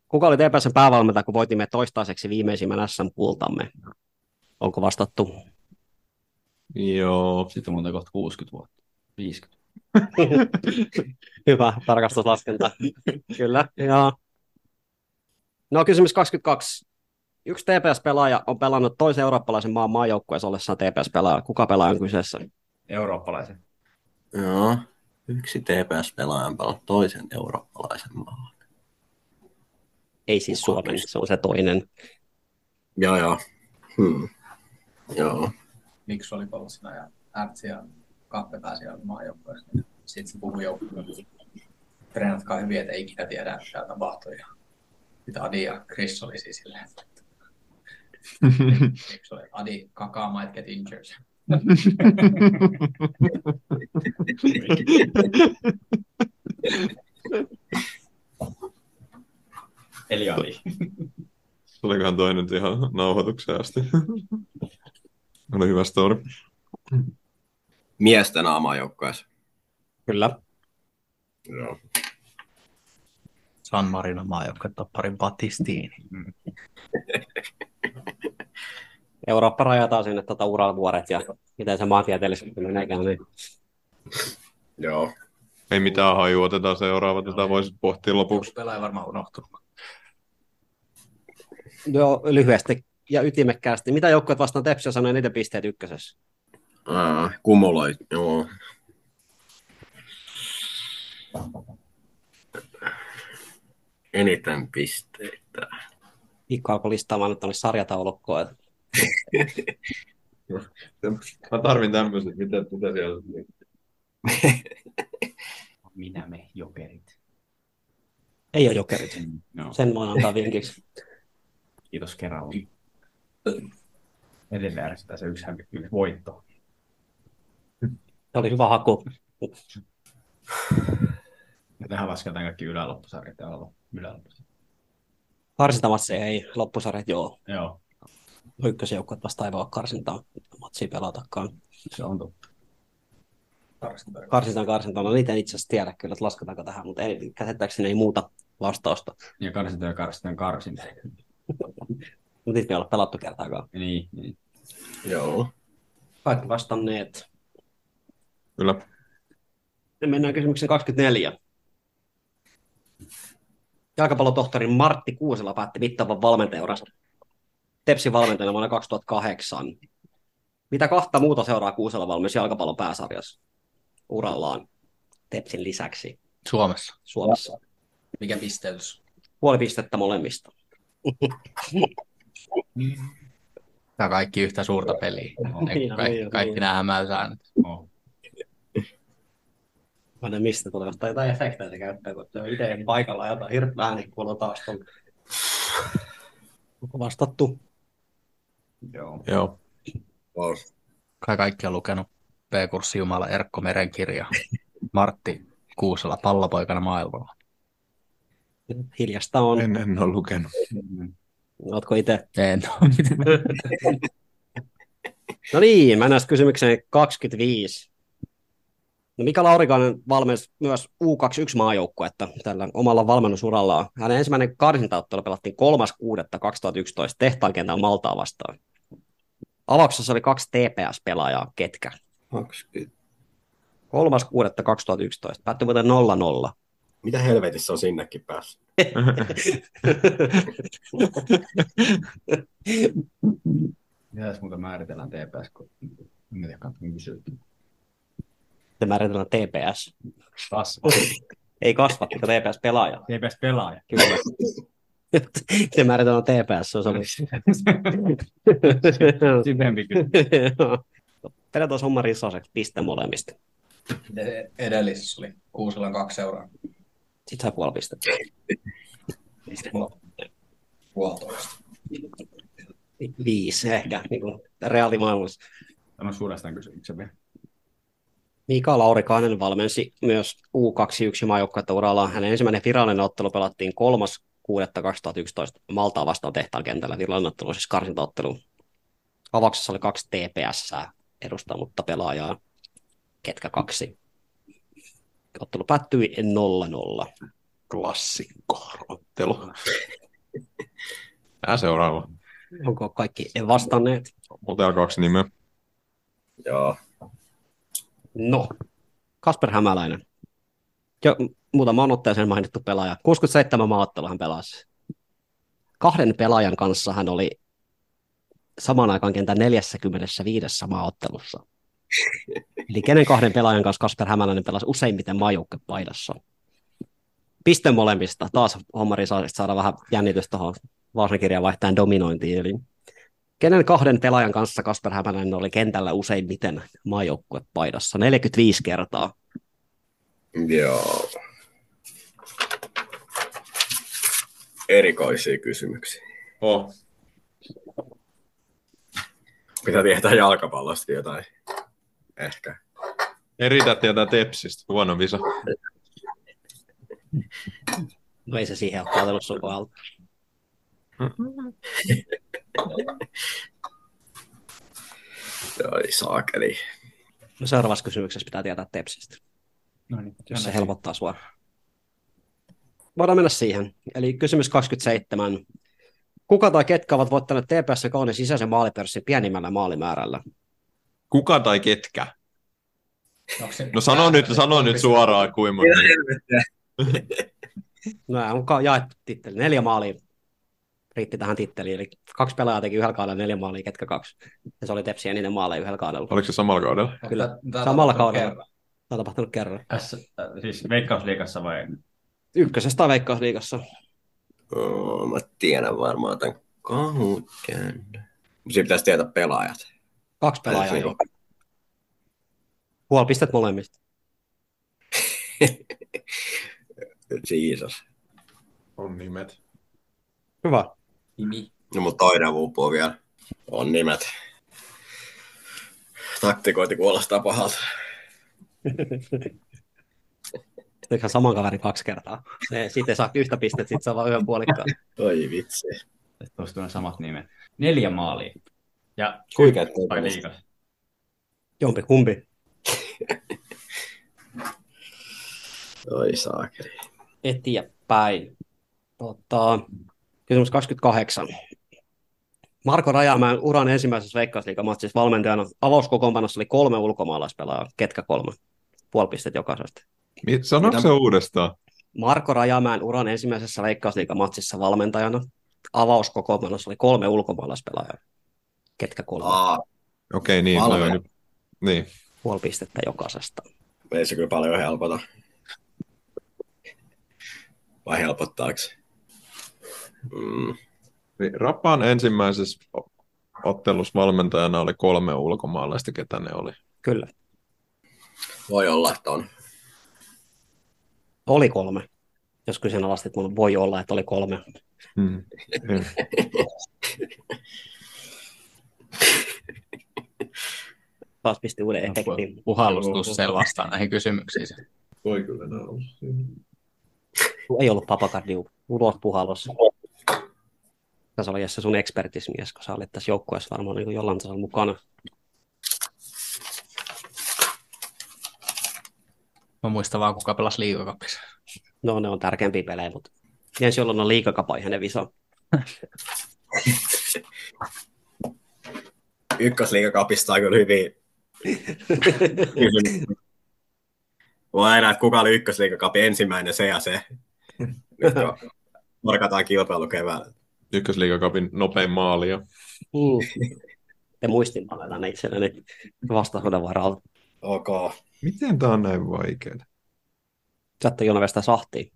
B: Kuka oli TPSn päävalmentaja, kun voitimme toistaiseksi viimeisimmän SM-kultamme? Onko vastattu?
C: Joo.
E: Sitten on muuten kohta 60 vuotta. 50.
B: Hyvä tarkastuslaskenta. Kyllä, joo. No kysymys 22. Yksi TPS-pelaaja on pelannut toisen eurooppalaisen maan maajoukkueessa ollessaan TPS-pelaaja. Kuka pelaaja on kyseessä?
E: Eurooppalaisen.
D: Joo. Yksi TPS-pelaaja pelaa toisen eurooppalaisen maan.
B: Ei siis Suomen, se on se toinen.
D: Joo, joo. Hmm. Joo.
H: Miksu oli kolmasena ja Ärtsi ja Kappe pääsi olemaan maajoukkoja. Sitten se puhui joukkueelle. Treenatkaa hyvin, että ei ikinä tiedä, mitä tapahtuu. Ja mitä Adi ja Chris oli siis silleen. että- Miksu oli Adi, kakaa might get injured.
E: Eli oli.
C: Tulikohan toi nyt ihan nauhoitukseen asti? Oli hyvä story.
D: Miesten aamajoukkueessa.
B: Kyllä.
D: Joo.
H: San Marino maajoukkue tapparin Batistini.
B: Eurooppa rajataan sinne tota Uralvuoret ja miten se maantieteellisesti meneekään. Niin.
D: Joo.
C: Ei mitään hajua, otetaan seuraava. Tätä voisit pohtia lopuksi.
H: Joku pelaaja varmaan unohtunut.
B: Joo, No, lyhyesti ja ytimekkäästi. Mitä joukkueet vastaan Tepsi on saanut eniten pisteet ykkösessä?
D: Aa, kumuloi. Joo. Eniten pisteitä.
B: Ikka alkoi listaamaan nyt tuonne sarjataulukkoon. että
C: Mä tarvin tämmöiset, mitä, mitä siellä
E: Minä me jokerit.
B: Ei ole jokerit.
E: No,
B: Sen voin antaa vinkiksi.
E: kiitos kerralla. Edelleen ärsyttää se yksi, hävi- yksi voitto.
B: Se oli hyvä haku.
E: Ja tähän lasketaan kaikki yläloppusarjat ja alo- yläloppusarjat.
B: Karsintamatseja ei, loppusarjat joo.
E: Joo,
B: Ykkösjoukkueet vasta ei voi karsintaa matsia pelatakaan.
E: se on totta.
B: Karsintaan karsintaan, no niitä en itse asiassa tiedä kyllä, että lasketaanko tähän, mutta ei, käsittääkseni ei muuta vastausta.
E: Ja karsinta ja karsinta ja karsinta.
B: Mutta niitä ei ole pelattu kertaakaan.
E: niin, niin.
D: Joo.
B: Kaikki vastanneet.
C: Kyllä.
B: Ja mennään kysymykseen 24. Jalkapallotohtori Martti Kuusela päätti mittavan valmentajauransa Tepsin valmentajana vuonna 2008. Mitä kahta muuta seuraa Kuusela valmis jalkapallon pääsarjassa urallaan Tepsin lisäksi
F: Suomessa.
B: Suomessa?
H: Mikä pisteytys?
B: Puoli pistettä molemmista.
F: Tämä on kaikki yhtä suurta peliä.
B: Niin on,
F: Ka-
B: niin on,
F: kaikki
B: niin on.
F: nämä hämäysäännöt.
B: Mä en tiedä, mistä tuota, tulee tai jotain efektejä se käyttää, kun se on itse paikalla ja jotain hirveä ääni kuuluu taas tuolla. Onko vastattu?
E: Joo.
C: Joo.
D: Vaus.
F: Kai kaikki on lukenut P-kurssi Jumala Erkko Meren kirja. Martti Kuusela pallopoikana maailmalla.
B: Hiljasta on.
C: En, en ole lukenut.
B: Ootko itse
F: En ole mitään.
B: No niin, mennään sitten kysymykseen 25. No Mika Laurikainen valmensi myös U21-maajoukkuetta tällä omalla valmennusurallaan. Hänen ensimmäinen karsintaottelu pelattiin 3.6.2011 tehtaankentän Maltaa vastaan. Avauksessa oli kaksi TPS-pelaajaa, ketkä?
D: 20.
B: 3.6.2011, päättyi muuten 0-0.
D: Mitä helvetissä on sinnekin päässyt?
E: Mitäs muuta määritellään TPS, kun en tiedä, kannattaa kysyä.
B: Se määritellään TPS.
E: Taas
B: Ei kasvatti, mutta TPS-pelaaja.
E: TPS-pelaaja.
B: Kyllä. Se määritellään TPS, se on se.
E: Syvempi kyllä.
B: Tehdään tuossa homma rissaseksi, piste molemmista.
H: Miten edellisessä E, oli? Kuusella on kaksi seuraa.
B: Sitten sai puoli pistettä.
H: Mulla on puolitoista.
B: Viisi ehkä, niin kuin reaalimaailmassa.
E: Tämä on suorastaan kysymyksen vielä.
B: Mika Laurikainen valmensi myös U21 maajoukkuetta urallaan. Hänen ensimmäinen virallinen ottelu pelattiin 3.6.2011 Maltaa vastaan tehtaan kentällä. Virallinen ottelu siis karsintaottelu. Avauksessa oli kaksi TPS edustanutta pelaajaa. Ketkä kaksi? Ottelu päättyi 0-0.
C: Klassikko. Ottelu. Tää seuraava.
B: Onko kaikki vastanneet?
C: Mulla täällä kaksi nimeä.
D: Joo.
B: No, Kasper Hämäläinen. Jo muutamaan otteeseen mainittu pelaaja. 67 maaottelua hän pelasi. Kahden pelaajan kanssa hän oli samaan aikaan kentän 45 maaottelussa. Eli kenen kahden pelaajan kanssa Kasper Hämäläinen pelasi useimmiten maajoukkepaidassa. Piste molemmista. Taas hommari saa saada vähän jännitystä tuohon Vaasan kirjan vaihtajan dominointiin. Eli Kenen kahden pelaajan kanssa Kasper Hämäläinen oli kentällä useimmiten maajoukkuepaidassa? 45 kertaa.
D: Joo. Erikoisia kysymyksiä.
C: Oh.
D: Pitää tietää jalkapallosta jotain. Ehkä.
C: Ei riitä tietää tepsistä. Huono visa.
B: No ei se siihen ole katsellut sun kohdalta.
D: Joo, saakeli.
B: No seuraavassa kysymyksessä pitää tietää tepsistä,
E: No niin,
B: jos se helpottaa sua. Voidaan mennä siihen. Eli kysymys 27. Kuka tai ketkä ovat voittaneet TPS Kaunin sisäisen maalipörssin pienimmällä maalimäärällä?
C: Kuka tai ketkä?
H: Onko se-
C: No sano nyt, sano nyt suoraan kuin monta.
B: No onkaan jaettu titteli. Neljä maalia riitti tähän titteliin. Eli kaksi pelaajaa teki yhdellä kaudella neljä maalia, ketkä kaksi. Ja se oli Tepsi eniten maaleja yhdellä kaudella.
C: Oliko se samalla kaudella?
H: Onko
B: Kyllä.
H: tää- tää
B: Samalla
H: tapahtunut
B: kaudella.
H: kerran?
B: Tämä on tapahtunut kerran.
E: S, äh, siis Veikkausliigassa vai?
B: Ykkösestä on Veikkausliigassa.
D: Oh, mä tiedän varmaan tämän kauden. Siinä pitäisi tietää pelaajat.
B: Kaksi pelaajaa.
D: Joo.
B: jo. Puoli pistet molemmista.
D: Jeesus.
C: On nimet.
B: Hyvä.
H: Nimi.
D: No mutta toinen uupuu vielä. On nimet. Taktikointi kuulostaa pahalta.
B: Teikö saman kaverin kaksi kertaa? Se, siitä ei saa yhtä pistettä, sit saa vaan yhden puolikkaan.
D: Oi vitsi.
E: Tuossa on samat nimet. Neljä maalia. Ja
D: Kuinka
E: vai liikas?
B: Jompi kumpi.
D: Oi saakeli.
B: Eteenpäin. Tota, kysymys 28. Marko Rajamäen uran ensimmäisessä veikkausliikamatsissa valmentajana avauskokoonpanossa oli kolme ulkomaalaispelaajaa. Ketkä kolme? Puoli pistet jokaisesta.
C: Mi- Sanoiko
D: Mitä-
C: se uudestaan?
B: Marko Rajamäen uran ensimmäisessä veikkausliikamatsissa valmentajana avauskokoonpanossa oli kolme ulkomaalaispelaajaa. Ketkä kolme?
D: Aa,
C: Okei, niin. No,
D: Valve.
C: joo, nyt. Niin.
B: Puoli pistettä jokaisesta.
D: ei se kyllä paljon helpota. Vai helpottaako se? Mm.
C: Niin, Rapaan ensimmäisessä o- ottelussa valmentajana oli kolme ulkomaalaista, ketä ne oli.
B: Kyllä.
D: Voi olla, että on.
B: Oli kolme. Jos kyseenalaistit, mulla voi olla, että oli kolme.
C: Mm.
B: Taas pisti uuden efektin.
F: Puhallustus se vastaa näihin kysymyksiin.
C: Voi kyllä ne olla.
B: Ei ollut papakardiu ulos puhallossa. Tässä oli Jesse sun ekspertismies, kun sä olit tässä joukkueessa varmaan niin jollain tasolla mukana.
F: Mä muistan vaan, kuka pelasi liigakapissa.
B: No ne on tärkeämpiä pelejä, mutta Jens jollain on liikakapa ei hänen visa.
D: Ykkösliiga kapistaa kyllä hyvin. Voi aina, että kuka oli ykkösliikakapin ensimmäinen se ja se. Nyt jo markataan kilpailu keväällä.
C: Ykkösliigakapin nopein maali ja
B: Mm. Te muistimalla aina itselleni vastaisuuden varalta.
D: Ok.
C: Miten tää on näin vaikeaa?
B: Sätte jonavesta sahtiin.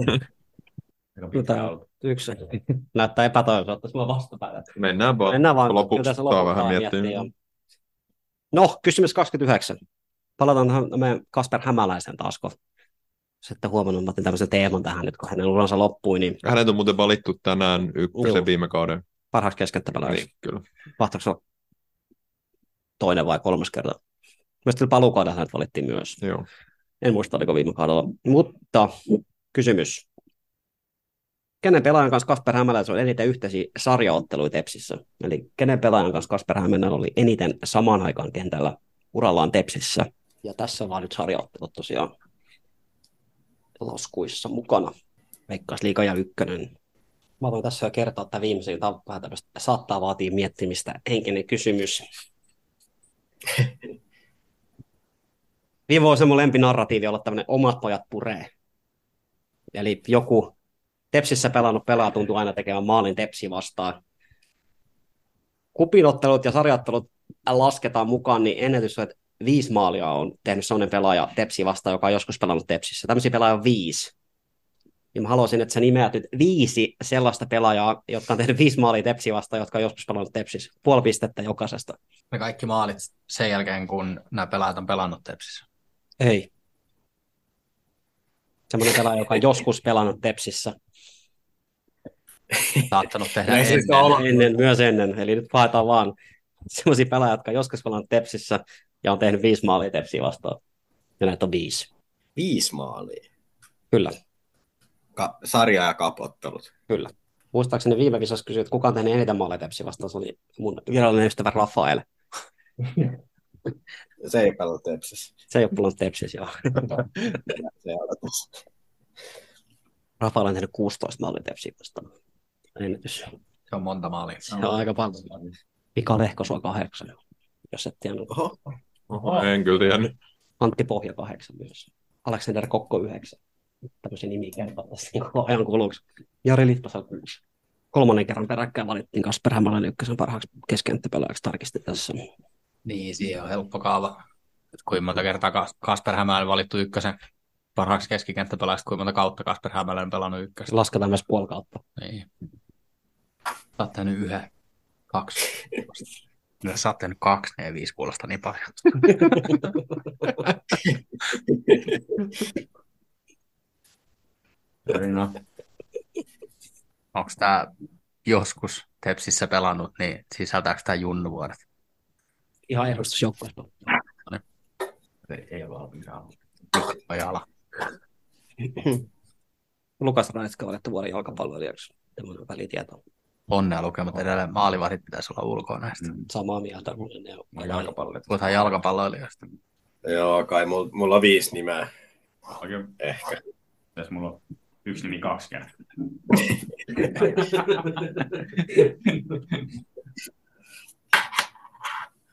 E: Aika pitkä
B: Jotain
E: ollut.
B: yksi. Näyttää epätoivoiselta, jos mä vastapäätän.
C: Mennään vaan.
B: Mennään vaan,
C: Lopuksi
B: kyllä tässä
C: saa vähän miettiä.
B: joo. No, kysymys 29. Palataan tähän meidän Kasper Hämäläisen taas, kun sitten huomannut, mä otin tämmöisen teeman tähän nyt, kun hänen uransa loppui, niin
C: Hänet on muuten valittu tänään ykkösen
B: Joo.
C: viime kauden.
B: parhaaksi keskenttäpelaajaksi.
C: Niin, kyllä.
B: Mahtaako se olla toinen vai kolmas kerta? Mielestäni paluukaudella hänet valittiin myös.
C: Joo.
B: En muista, oliko viime kaudella. Mutta kysymys. Kenen pelaajan kanssa Kasper Hämäläisellä on eniten yhteisiä sarjaotteluita Tepsissä? Eli kenen pelaajan kanssa Kasper Hämäläinen oli eniten samaan aikaan kentällä urallaan Tepsissä? Ja tässä ollaan nyt sarjaottelut tosiaan laskuissa mukana. Veikkaas liiga ja ykkönen. Mä voin tässä jo kertoa, että viimeisen tämä on vähän tämmöistä, saattaa vaatia miettimistä henkinen kysymys. Viime vuosina mun lempinarratiivi olla tämmöinen omat pojat puree. Eli joku Tepsissä pelannut pelaa tuntuu aina tekemään maalin Tepsi vastaan. Kupinottelut ja sarjattelut lasketaan mukaan, niin ennätys on, että viisi maalia on tehnyt sellainen pelaaja Tepsi vastaan, joka on joskus pelannut Tepsissä. Tämmöisiä pelaajia on viisi. Niin mä haluaisin, että sä nimeät nyt viisi sellaista pelaajaa, jotka on tehnyt viisi maalia Tepsi vastaan, jotka on joskus pelannut Tepsissä. Puoli pistettä jokaisesta.
F: Ne kaikki maalit sen jälkeen, kun nämä pelaajat on pelannut Tepsissä.
B: Ei. Semmoinen pelaaja, joka on joskus pelannut Tepsissä.
F: Saattanut tehdä
D: Ei se
F: ennen.
D: sitä ole.
B: Ennen, myös ennen. Eli nyt haetaan vaan semmoisia pelaajia, jotka on joskus pelannut Tepsissä ja on tehnyt viisi maalia Tepsiä vastaan. Ja näitä on viisi.
D: Viisi maalia.
B: Kyllä,
D: Ka- sarja ja kapottelut.
B: kyllä. Muistaakseni viime visassa kysyi, että kuka on tehnyt eniten maaleja Tepsiä vastaan. Se oli mun virallinen ystävä Rafael.
D: Se ei pelaa tepsissä.
B: Se ei ole pelannut Tepsissä, joo.
D: Se ei ole tässä.
B: Rafael on tehnyt 16 maalia Tepsiä vastaan. Ennätys.
F: Se on monta maalia.
B: Se on aika paljon. Mika Lehko sua kahdeksan, jos et tiennyt.
D: Oho.
C: Oho, en kyllä tiennyt.
B: Antti Pohja kahdeksan myös. Aleksander Kokko yhdeksän. Tämmöisiä nimiä kertaa tässä niin kuin ajan kuluksi. Jari Littasel kuusi. Kolmannen kerran peräkkäin valittiin Kasper Hämäläinen ykkösen parhaaksi keskenttäpelaajaksi tarkistin tässä.
F: Niin, siihen on helppo kaava. Et kuinka monta kertaa Kas- Kasper Hämäläinen valittu ykkösen parhaaksi keskikenttäpelaajaksi, kuinka monta kautta Kasper Hämäläinen pelannut ykkösen.
B: Lasketaan myös puoli kautta.
F: Niin. Sä oot tehnyt yhden, kaksi. No, sä oot tehnyt kaksi, ne ei viisi kuulosta niin paljon.
E: No,
F: Onko tää joskus Tepsissä pelannut, niin sisältääkö tää junnuvuodet?
B: Ihan edustusjoukkueesta.
F: Ei, ei ole mitään. Ojala.
B: Lukas Ranetska valittu vuoden jalkapalloilijaksi. Tämmöinen välitieto.
F: Onnea lukemat edelleen. Maalivahdit pitäisi olla ulkoa näistä. Mm.
B: Samaa mieltä kuin ne
E: no jalkapallit.
F: Puhutaan jalkapalloilijoista.
D: Joo, kai mulla, mulla on viisi nimeä.
E: Oikein,
D: Ehkä.
E: jos mulla on yksi nimi kaksi kertaa.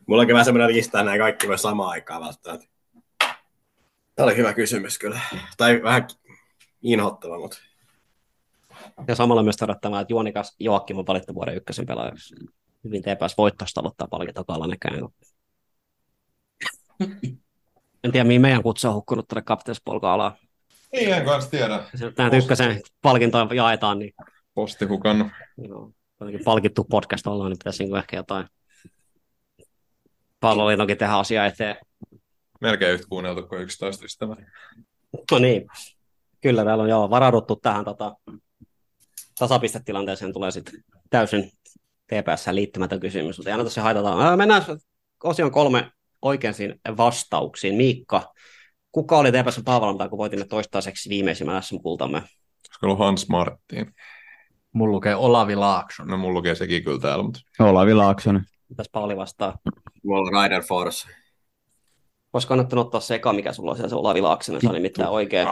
D: Mulla onkin vähän semmoinen lista nämä kaikki myös samaan aikaan välttämättä. Tämä oli hyvä kysymys kyllä. Tai vähän inhottava, mutta
B: Ja samalla myös todettava, että Juonikas Joakim on valittu vuoden ykkösen pelaajaksi. Hyvin TPS voittaisi tavoittaa palkinto Kallanekään. En tiedä, mihin meidän kutsu on hukkunut tuonne kapteenspolka-alaan.
C: Ei Niin, en kanssa tiedä.
B: Näitä ykkösen palkintoja jaetaan, niin
C: Posti hukannut.
B: joo, kuitenkin palkittu podcast ollaan, niin pitäisi niinku ehkä jotain palloliitonkin tehdä asiaa eteen.
C: Melkein yhtä kuunneltu kuin 11 ystävä.
B: No niin, kyllä täällä on joo, varauduttu tähän tota, tasapistetilanteeseen tulee sitten täysin TPS liittymätön kysymys, mutta ei aina tosiaan haitataan. Ää, Mennään osion kolme oikeisiin vastauksiin. Miikka, kuka oli TPS Paavalantaa, kun voitimme toistaiseksi viimeisimmän SM-kultamme?
C: Olisiko ollut Hans Martin?
F: Mulla lukee Olavi Laakson.
C: No mulla lukee sekin kyllä täällä, mutta
G: Olavi Laaksonen.
B: Tässä Pauli vastaa.
D: mulla on Rider Force.
B: Olisi kannattanut ottaa se eka, mikä sulla on siellä, se Olavi Laaksonen, se oli mitään oikein.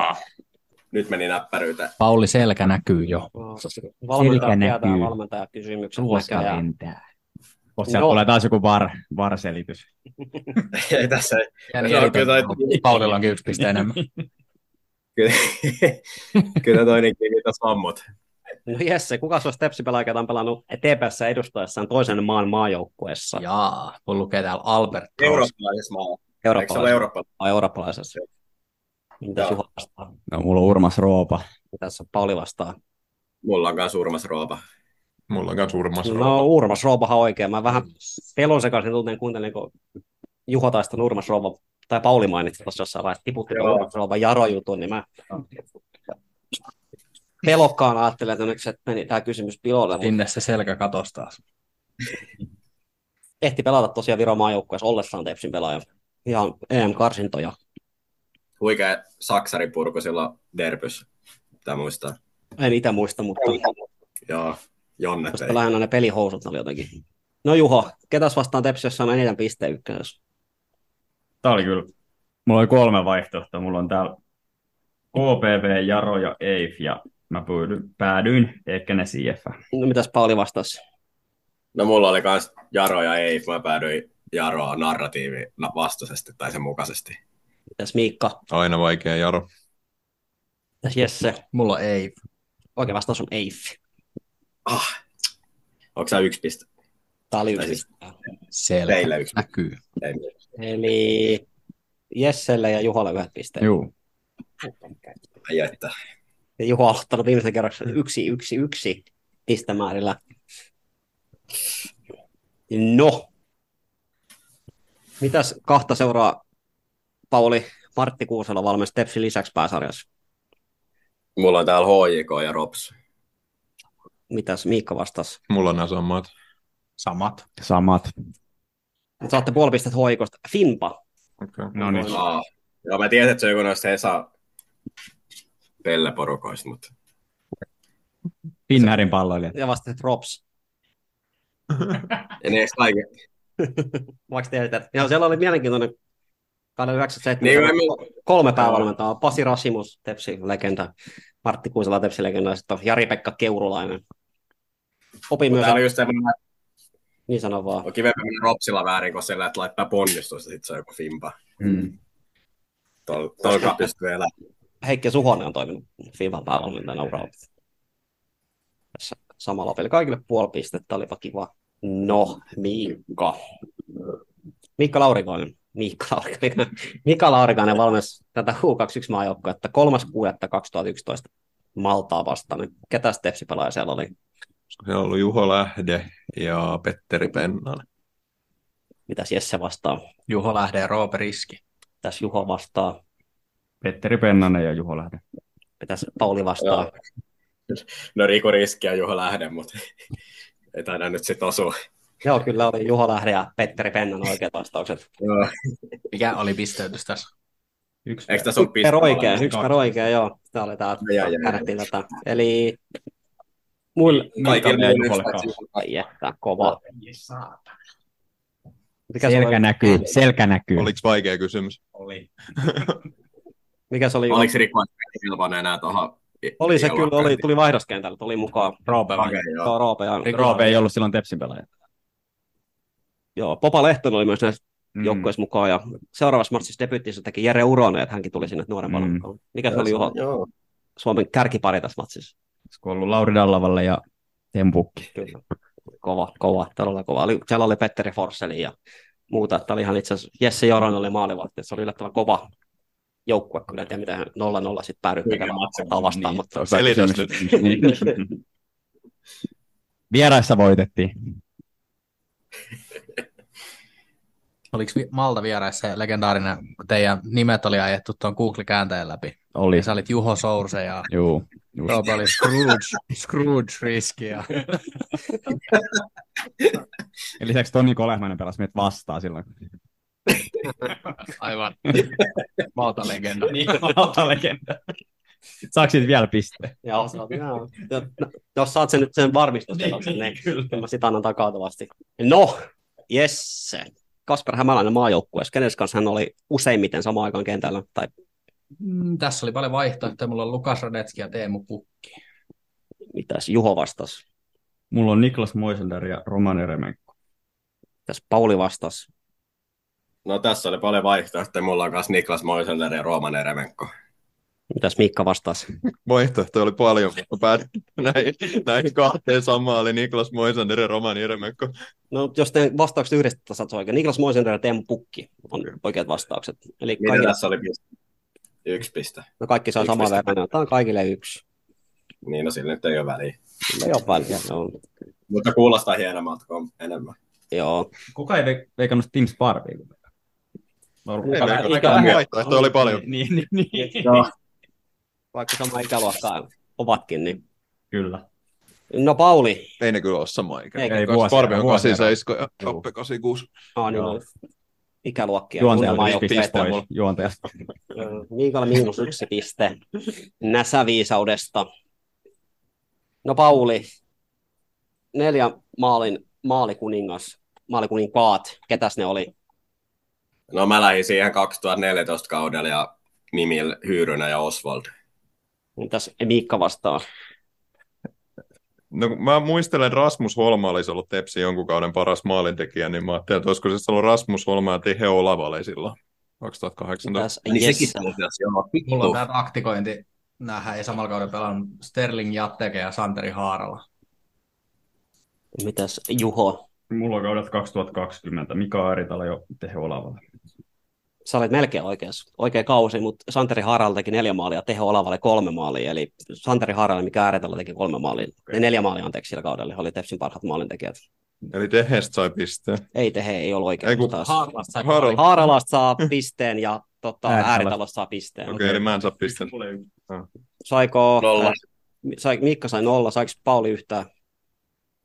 D: Nyt meni näppäryyteen.
F: Pauli selkä näkyy jo.
B: Valmentaja
G: Selkä
B: tietää
G: näkyy.
B: valmentaja kysymyksen.
G: Ruoska lentää. Kohta sieltä
F: Joo.
G: tulee taas joku var, var-selitys.
H: Ei tässä
F: Ja
D: Se on
F: eri-
D: kyllä-
F: Paulilla onkin yksi piste enemmän.
D: Kyllä, kyllä toinenkin kiitos vammut.
B: No Jesse, kuka se on stepsipelaaja, jota on pelannut TPS edustaessaan toisen maan maajoukkuessa?
F: Jaa, kun lukee täällä Albert Ross.
D: Eurooppalaisessa maalla. Eikö se
B: Eurooppalaisessa.
D: ole eurooppalainen?
B: Ai, eurooppalaisessa. Mitä
D: Joo.
B: Juha vastaa?
G: No, mulla on Urmas Roopa.
B: Tässä Pauli vastaa.
D: Mulla on myös Urmas Roopa.
C: Mulla on suurimmassa
B: No Urmas Roopahan oikein. Mä vähän pelon sekaisin tunteen kuuntelin, kun Juho taisi ton Urmas Roopa, tai Pauli mainitsi tuossa jossain vaiheessa, tiputti ton
D: Joo.
B: Urmas Roopan jarojutun, niin mä pelokkaan ajattelin, että nyt se meni tämä kysymys pilolle, mutta
F: Sinne se selkä katosi taas.
B: ehti pelata tosiaan Viron maajoukkueessa ollessaan Tepsin pelaaja. Ihan E EM-karsintoja.
D: Huikea saksaripurku silloin derpys. Tää muistaa.
B: En itse muista, mutta
D: Joo, Jonne
B: koska
D: tei.
B: lähinnä ne pelihousut ne oli jotenkin. No Juho, ketäs vastaan Tepsi, jossa on eniten piste ykkösessä?
E: Tämä oli kyllä. Mulla oli kolme vaihtoehtoa. Mulla on täällä KPV, Jaro ja Eif, ja mä pyydyn, päädyin Ekkenes IF.
B: No, mitäs Pauli vastasi?
D: No mulla oli myös Jaro ja Eif. Mä päädyin Jaroa narratiivi na- vastaisesti tai sen mukaisesti.
B: Mitäs Miikka?
C: Aina vaikea, Jaro.
B: Mitäs Jesse?
F: Mulla ei.
B: Oikein vastaus on Eif.
D: Ah, onko sä yksi piste?
B: Tämä oli
D: Tai
B: yksi.
D: siis-
F: Selkä.
D: Teillä yksi.
F: Näkyy.
D: Ei.
B: Eli Jesselle ja Juholle yhdet pisteet.
G: Juu.
D: Ai että.
B: Ja Juho on aloittanut viimeisen kerroksen yksi, yksi, yksi pistemäärillä. No. Mitäs kahta seuraa Pauli Martti Kuusela valmis Tepsin lisäksi pääsarjassa?
D: Mulla on täällä HJK ja Rops.
B: Mitäs Miikka vastasi?
C: Mulla on nämä samat.
F: Samat.
G: Samat.
B: Saatte puoli pistettä hoikosta. Finpa.
C: Okay.
E: No niin.
D: Aa, joo, mä tiesin, että se on joku noista Hesa pelleporukoista, mutta
G: Finnairin palloilijat.
B: Ja vastasit Rops.
D: en edes kaiken.
B: Vaikka tiedät, ja siellä oli mielenkiintoinen kauden 97.
D: Niin, mä,
B: kolme päävalmentajaa. Pasi Rasimus, Tepsi-legenda, Martti Kuisela, Tepsi-legenda, ja sitten on Jari-Pekka Keurulainen. Opin myös,
D: tää oli just semmoinen,
B: niin sanon vaan.
D: on kivempi mennä Ropsilla väärin, kun sillä, että laittaa ponnistusta, sit se on joku fimpa.
E: Mm.
D: Tuolla tuolla pystyy elämään.
B: Heikki Suhonen on toiminut FIFAn päävalmentajana uralla. Tässä samalla pelillä kaikille puoli pistettä, olipa kiva. No, Miikka. Miikka Laurikainen. Miikka Laurikainen. Mika Laurikainen valmis tätä U21 maajoukkuetta 3.6.2011 Maltaa vastaan. Ketä Stepsi pelaaja siellä oli?
C: Siellä on ollut Juho Lähde ja Petteri Pennanen.
B: Mitäs Jesse vastaa?
F: Juho lähtee Roope Riski.
B: Tässä Juho vastaa,
E: Petteri Pennanen ja Juho Lähde.
B: pitäisi Pauli vastaa.
D: No Riku riskiä Juho lähde, mutta ei taida nyt sit osua.
B: Joo, kyllä oli Juho Lähde ja Petteri Pennan oikeat vastaukset.
D: Joo.
F: Mikä oli pisteytys tässä?
E: Yksi
D: Eikö tässä ole
B: Yksi per
D: piste?
B: oikein, yksi per oikein, joo. Tämä oli tämä,
D: Joo, joo, joo.
B: kärrettiin tätä. Eli muille,
D: Kaikilla
E: Miikalla ja
D: muilla
E: Juholla
D: yksi,
E: kaksi.
D: paitsi-
B: ai että, kova. Mikä se,
G: Selkä
B: oli,
G: näkyy. Selkä näkyy.
C: Oliko vaikea kysymys?
H: oli.
B: mikä se oli? Oli,
D: Oliko se Riku Kilvonen enää tuohon?
B: oli se kyllä, oli, tuli vaihdoskentällä, tuli mukaan.
F: Roope vai?
D: Okei, joo.
B: Joo, Roope ja,
G: Roope ei ollut silloin Tepsin pelaaja.
B: joo, Popa Lehtonen oli myös näissä
E: Mm.
B: joukkueissa mukaan, ja seuraavassa matsissa debyyttissä teki Jere Uronen, että hänkin tuli sinne nuorempana
E: Mm.
B: mukaan. Mikä se oli Juho,
D: Joo.
B: Suomen kärkipari tässä matsissa?
E: Olisiko ollut Lauri Dallavalle ja Tempukki.
B: Kyllä. Kova, kova, todella kova. Oli, siellä oli Petteri Forsseli ja muuta. Tämä oli ihan itse asiassa Jesse Joran oli maalivahti. Se oli yllättävän kova joukkue kyllä. En tiedä, miten 0-0 sitten päädyit
D: Kyllä,
B: tekemään
D: se-
B: ottaa vastaan, niin. mutta
C: Selitäs
E: nyt.
G: Vieraissa voitettiin.
F: Oliko vi- Malta vieraissa se legendaarinen, kun teidän nimet oli ajettu tuon Google-kääntäjän läpi?
G: Oli.
F: Ja sä olit Juho Sourse ja
G: Juu. Just.
F: Roope oli Scrooge, Scrooge Riski. Ja...
G: Ja lisäksi Toni Kolehmainen pelasi meidät vastaan silloin.
F: Aivan. Malta legenda.
B: Niin,
G: Valta legenda. Saako siitä vielä piste?
B: joo, se on, joo. Ja- no, jos saat sen nyt sen varmistusteloksen, niin, kyllä mä sitä annan takautuvasti. No, Jesse. Kasper Hämäläinen maajoukkueessa, kenen kanssa hän oli useimmiten samaan aikaan kentällä, tai
F: Mm, tässä oli paljon vaihtoehtoja. Mulla on Lukas Radetski ja Teemu Pukki.
B: mitäs Juho vastasi.
E: Mulla on Niklas Moisander ja Roman Remenko.
B: Tässä Pauli vastasi.
D: No tässä oli paljon vaihtoehtoja. Mulla on myös Niklas Moiseller ja Rooman Eremenko.
B: Mitäs Mikka vastasi?
C: Vaihtoehtoja oli paljon, mutta päätin näihin, näihin kahteen samaan, eli Niklas Moisander ja Roman Jeremenko.
B: No, jos te vastaukset yhdestä saat oikein. Niklas Moisander ja Teemu Pukki on oikeat vastaukset. Eli
D: Mitä
B: kaikki,
D: tässä oli piste? Yksi piste.
B: no kaikki saa
D: Yksi
B: saman
D: piste.
B: verran. Tämä on kaikille yksi.
D: Niin, no sillä nyt ei ole väliä.
B: Ei ole väliä. Joo.
D: Mutta kuulostaa hienommalta kuin enemmän.
B: Joo.
E: Kuka ei ve- veikannut Team Sparvia? kun- No,
C: Ei
E: aika-
C: veikannut.
E: aika
C: Mitään
E: vähän.
C: vaihtoehtoja oli paljon.
E: Niin, niin, niin.
D: Joo.
B: Vaikka sama ikäluokkaa ovatkin. Niin.
E: Kyllä.
B: No Pauli.
C: Ei ne kyllä ole sama ikä.
B: Eikä.
E: Ei vuosi.
C: Sparvi on
E: vuosi-
C: 87 ja
E: Juu.
C: Kappe 86.
B: Ah, niin,
E: Joo.
B: on ikäluokkia.
E: Juontajalta
B: Kuulemma
E: viisi
B: jo
E: pistettä
B: pisteitä
E: pois. Juontajalta.
B: Joo, Miikalla miinus yksi piste näsäviisaudesta. No Pauli, neljä maalin maalikuningas, maalikuninkaat, ketäs ne oli?
D: No mä lähdin siihen 2014 kaudella ja Mimil Hyyrynä ja Oswald.
B: Mitäs Miikka vastaa?
C: No, kun mä muistelen, Rasmus Holma olisi ollut Tepsi jonkun kauden paras maalintekijä, niin mä ajattelin, että olisiko se ollut Rasmus Holma ja Tihe Olavale silloin 2018.
B: Mitäs
D: Niin
B: Jesse?
D: asiassa, joo.
F: Mulla on tämä taktikointi. Nämähän ei samalla kaudella pelannut Sterling Jatteke ja Santeri Haarala.
B: Mitäs Juho?
E: Mulla on kaudet 2020. Mika Aritala jo Tehe Olavalla.
B: Sä olet melkein oikeas, oikea kausi, mutta Santeri Harala teki neljä maalia, Teho Olavalle kolme maalia, eli Santeri Harala, mikä ääretellä teki kolme maalia, ne neljä maalia anteeksi sillä kaudella, oli Tepsin parhaat maalintekijät.
C: Eli Tehestä sai pisteen.
B: Ei Tehe, ei ollut oikein.
C: Ei kun
B: taas.
C: Harald. Okei,
B: Haaralasta saa pisteen ja tota,
E: Ääritalo.
B: ääritalosta saa pisteen.
C: okay, eli mä en saa pisteen.
B: Saiko,
D: Nolla.
B: äh, sai, Mikka sai nolla, saiko Pauli yhtään?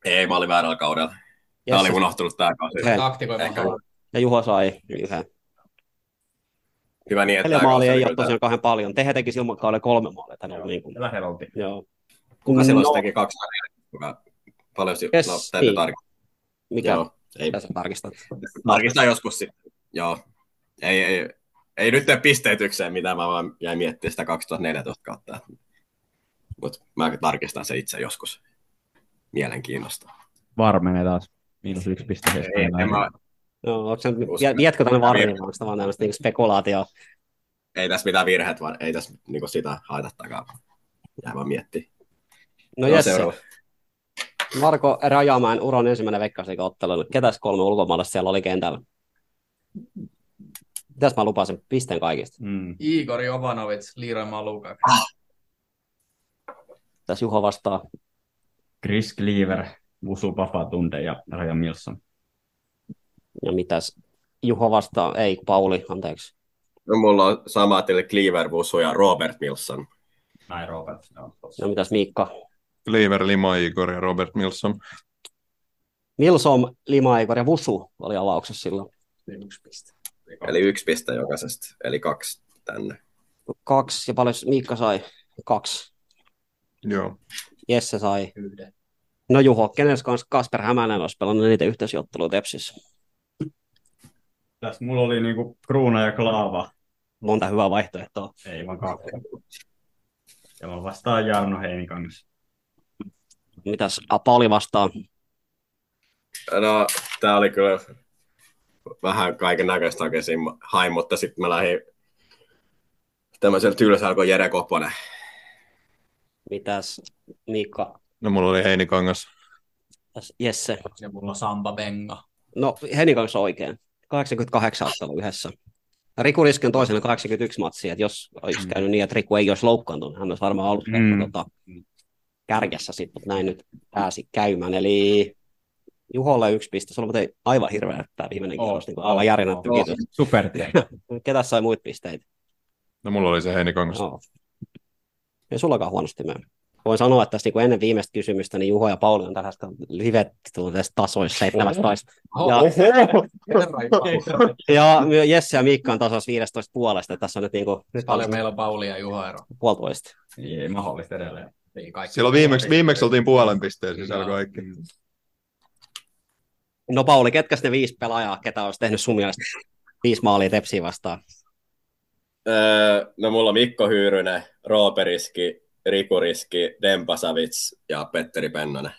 D: Ei, mä olin väärällä kaudella. Tää
B: Jesse
D: oli unohtunut tää kausi.
B: yhden.
F: Taktikoiva
D: Ehkä.
F: Haarala.
B: Ja Juho sai yhden.
D: Hyvä niin, että
B: Neljä
D: tää kausi
B: maalia
D: oli
B: ei
D: kyllä
B: ole tosiaan kauhean paljon. Tehän tekisi ilman kaudella kolme maalia. Hän on niin kuin,
E: Lähellä oltiin.
B: joo.
D: tää-
B: Kun
D: Mä silloin
B: no,
D: se teki kaksi maalia, joka paljon si-
B: Yes,
D: no, täytyy
B: niin.
D: tarkistaa.
B: mikä
D: Joo, ei.
B: mitä sä tarkistat?
D: Tarkistaa joskus sitten. Joo. Ei, ei, ei nyt tee pisteytykseen, mitä mä vaan jäin miettimään sitä 2014 kautta. Mutta mä tarkistan se itse joskus mielenkiinnosta.
E: Varmenee taas. Miinus yksi piste.
D: Ei, en mä,
B: No, onko sen,
D: Uskon.
B: jä- jätkö tänne varmiin, vai
D: Virhe.
B: onko tämä vaan tämmöistä niin spekulaatio?
D: ei tässä mitään virheet, vaan ei tässä niinku sitä haeta takaa. Jää vaan miettiä.
B: No Jesse, Marko Rajamäen uran ensimmäinen veikkausliiga ottelu. Ketäs kolme ulkomaalaista siellä oli kentällä? Mitäs mä lupasin pisteen kaikista?
E: Mm.
H: Igor Jovanovic, Liira Maluka.
B: Tässä Juho vastaa.
E: Chris Cleaver, Vusu Papatunde ja Raja Milson.
B: Ja mitäs Juho vastaa? Ei, Pauli, anteeksi.
D: No, mulla on sama tili Cleaver Busu ja Robert Wilson.
E: Näin Robert. Joo,
B: Ja mitäs Miikka?
C: Cleaver, Lima, Igor ja Robert Milson.
B: Milsom, Limaikor ja Vusu oli avauksessa silloin.
D: Eli yksi piste jokaisesta, eli kaksi tänne.
B: Kaksi, ja paljon Miikka sai? Kaksi.
C: Joo.
B: Jesse sai.
H: Yhden.
B: No Juho, kenen kanssa Kasper Hämänen olisi pelannut niitä yhteisjuttelua Tepsissä?
E: Tässä mulla oli niinku Kruuna ja Klaava.
B: Monta hyvää vaihtoehtoa.
E: Ei vaan kaksi. Ja mä vastaan Jarno Heinikangas.
B: Mitäs a, Pauli vastaa?
D: No, tää oli kyllä vähän kaiken näköistä oikein hain, mutta sitten mä lähdin tämmöisellä tylsällä kuin Jere Koponen.
B: Mitäs Miikka?
C: No mulla oli Heinikangas.
B: Mitäs Jesse?
F: Ja mulla on Samba Benga.
B: No Henin kanssa oikein. 88 ottelua yhdessä. Riku Risken toisena 81 matsia, että jos olisi käynyt niin, että Riku ei olisi loukkaantunut, hän olisi varmaan ollut
E: Mm.
B: mm. tota, kärjessä sitten, mutta näin nyt pääsi käymään. Eli Juholle yksi piste, sulla muuten aivan hirveä tämä viimeinen
E: Oo,
B: kierros, niin kuin
E: oo,
B: aivan järjenä
E: oo.
B: tykityt.
E: Super.
B: Ketäs sai muut pisteitä?
C: No mulla oli se Heinikangas.
B: No. Ei sullakaan huonosti mene. Voin sanoa, että tässä niin kuin ennen viimeistä kysymystä, niin Juho ja Pauli on tällaista livet tasoissa 17.
F: Oh,
B: Ja
H: Herra Jumala.
B: Ja myö- Jesse ja Miikka on tasas 15 puolesta. Tässä on nyt, niinku, nyt
F: Paljon
B: on
F: meillä on Pauli ja Juha ero.
B: puolitoista.
E: Ei mahdollista edelleen.
F: Niin kaikki.
C: Silloin viimeksi, viimeksi oltiin puolen pisteen sisällä
F: Joo.
C: kaikki.
B: No Pauli, ketkä ne viisi pelaajaa, ketä olisi tehnyt sun mielestä viisi maalia tepsiä vastaan?
D: Öö, no mulla on Mikko Hyyrynen, Rooperiski, Rikuriski, Dempa Savits ja Petteri Pennonen.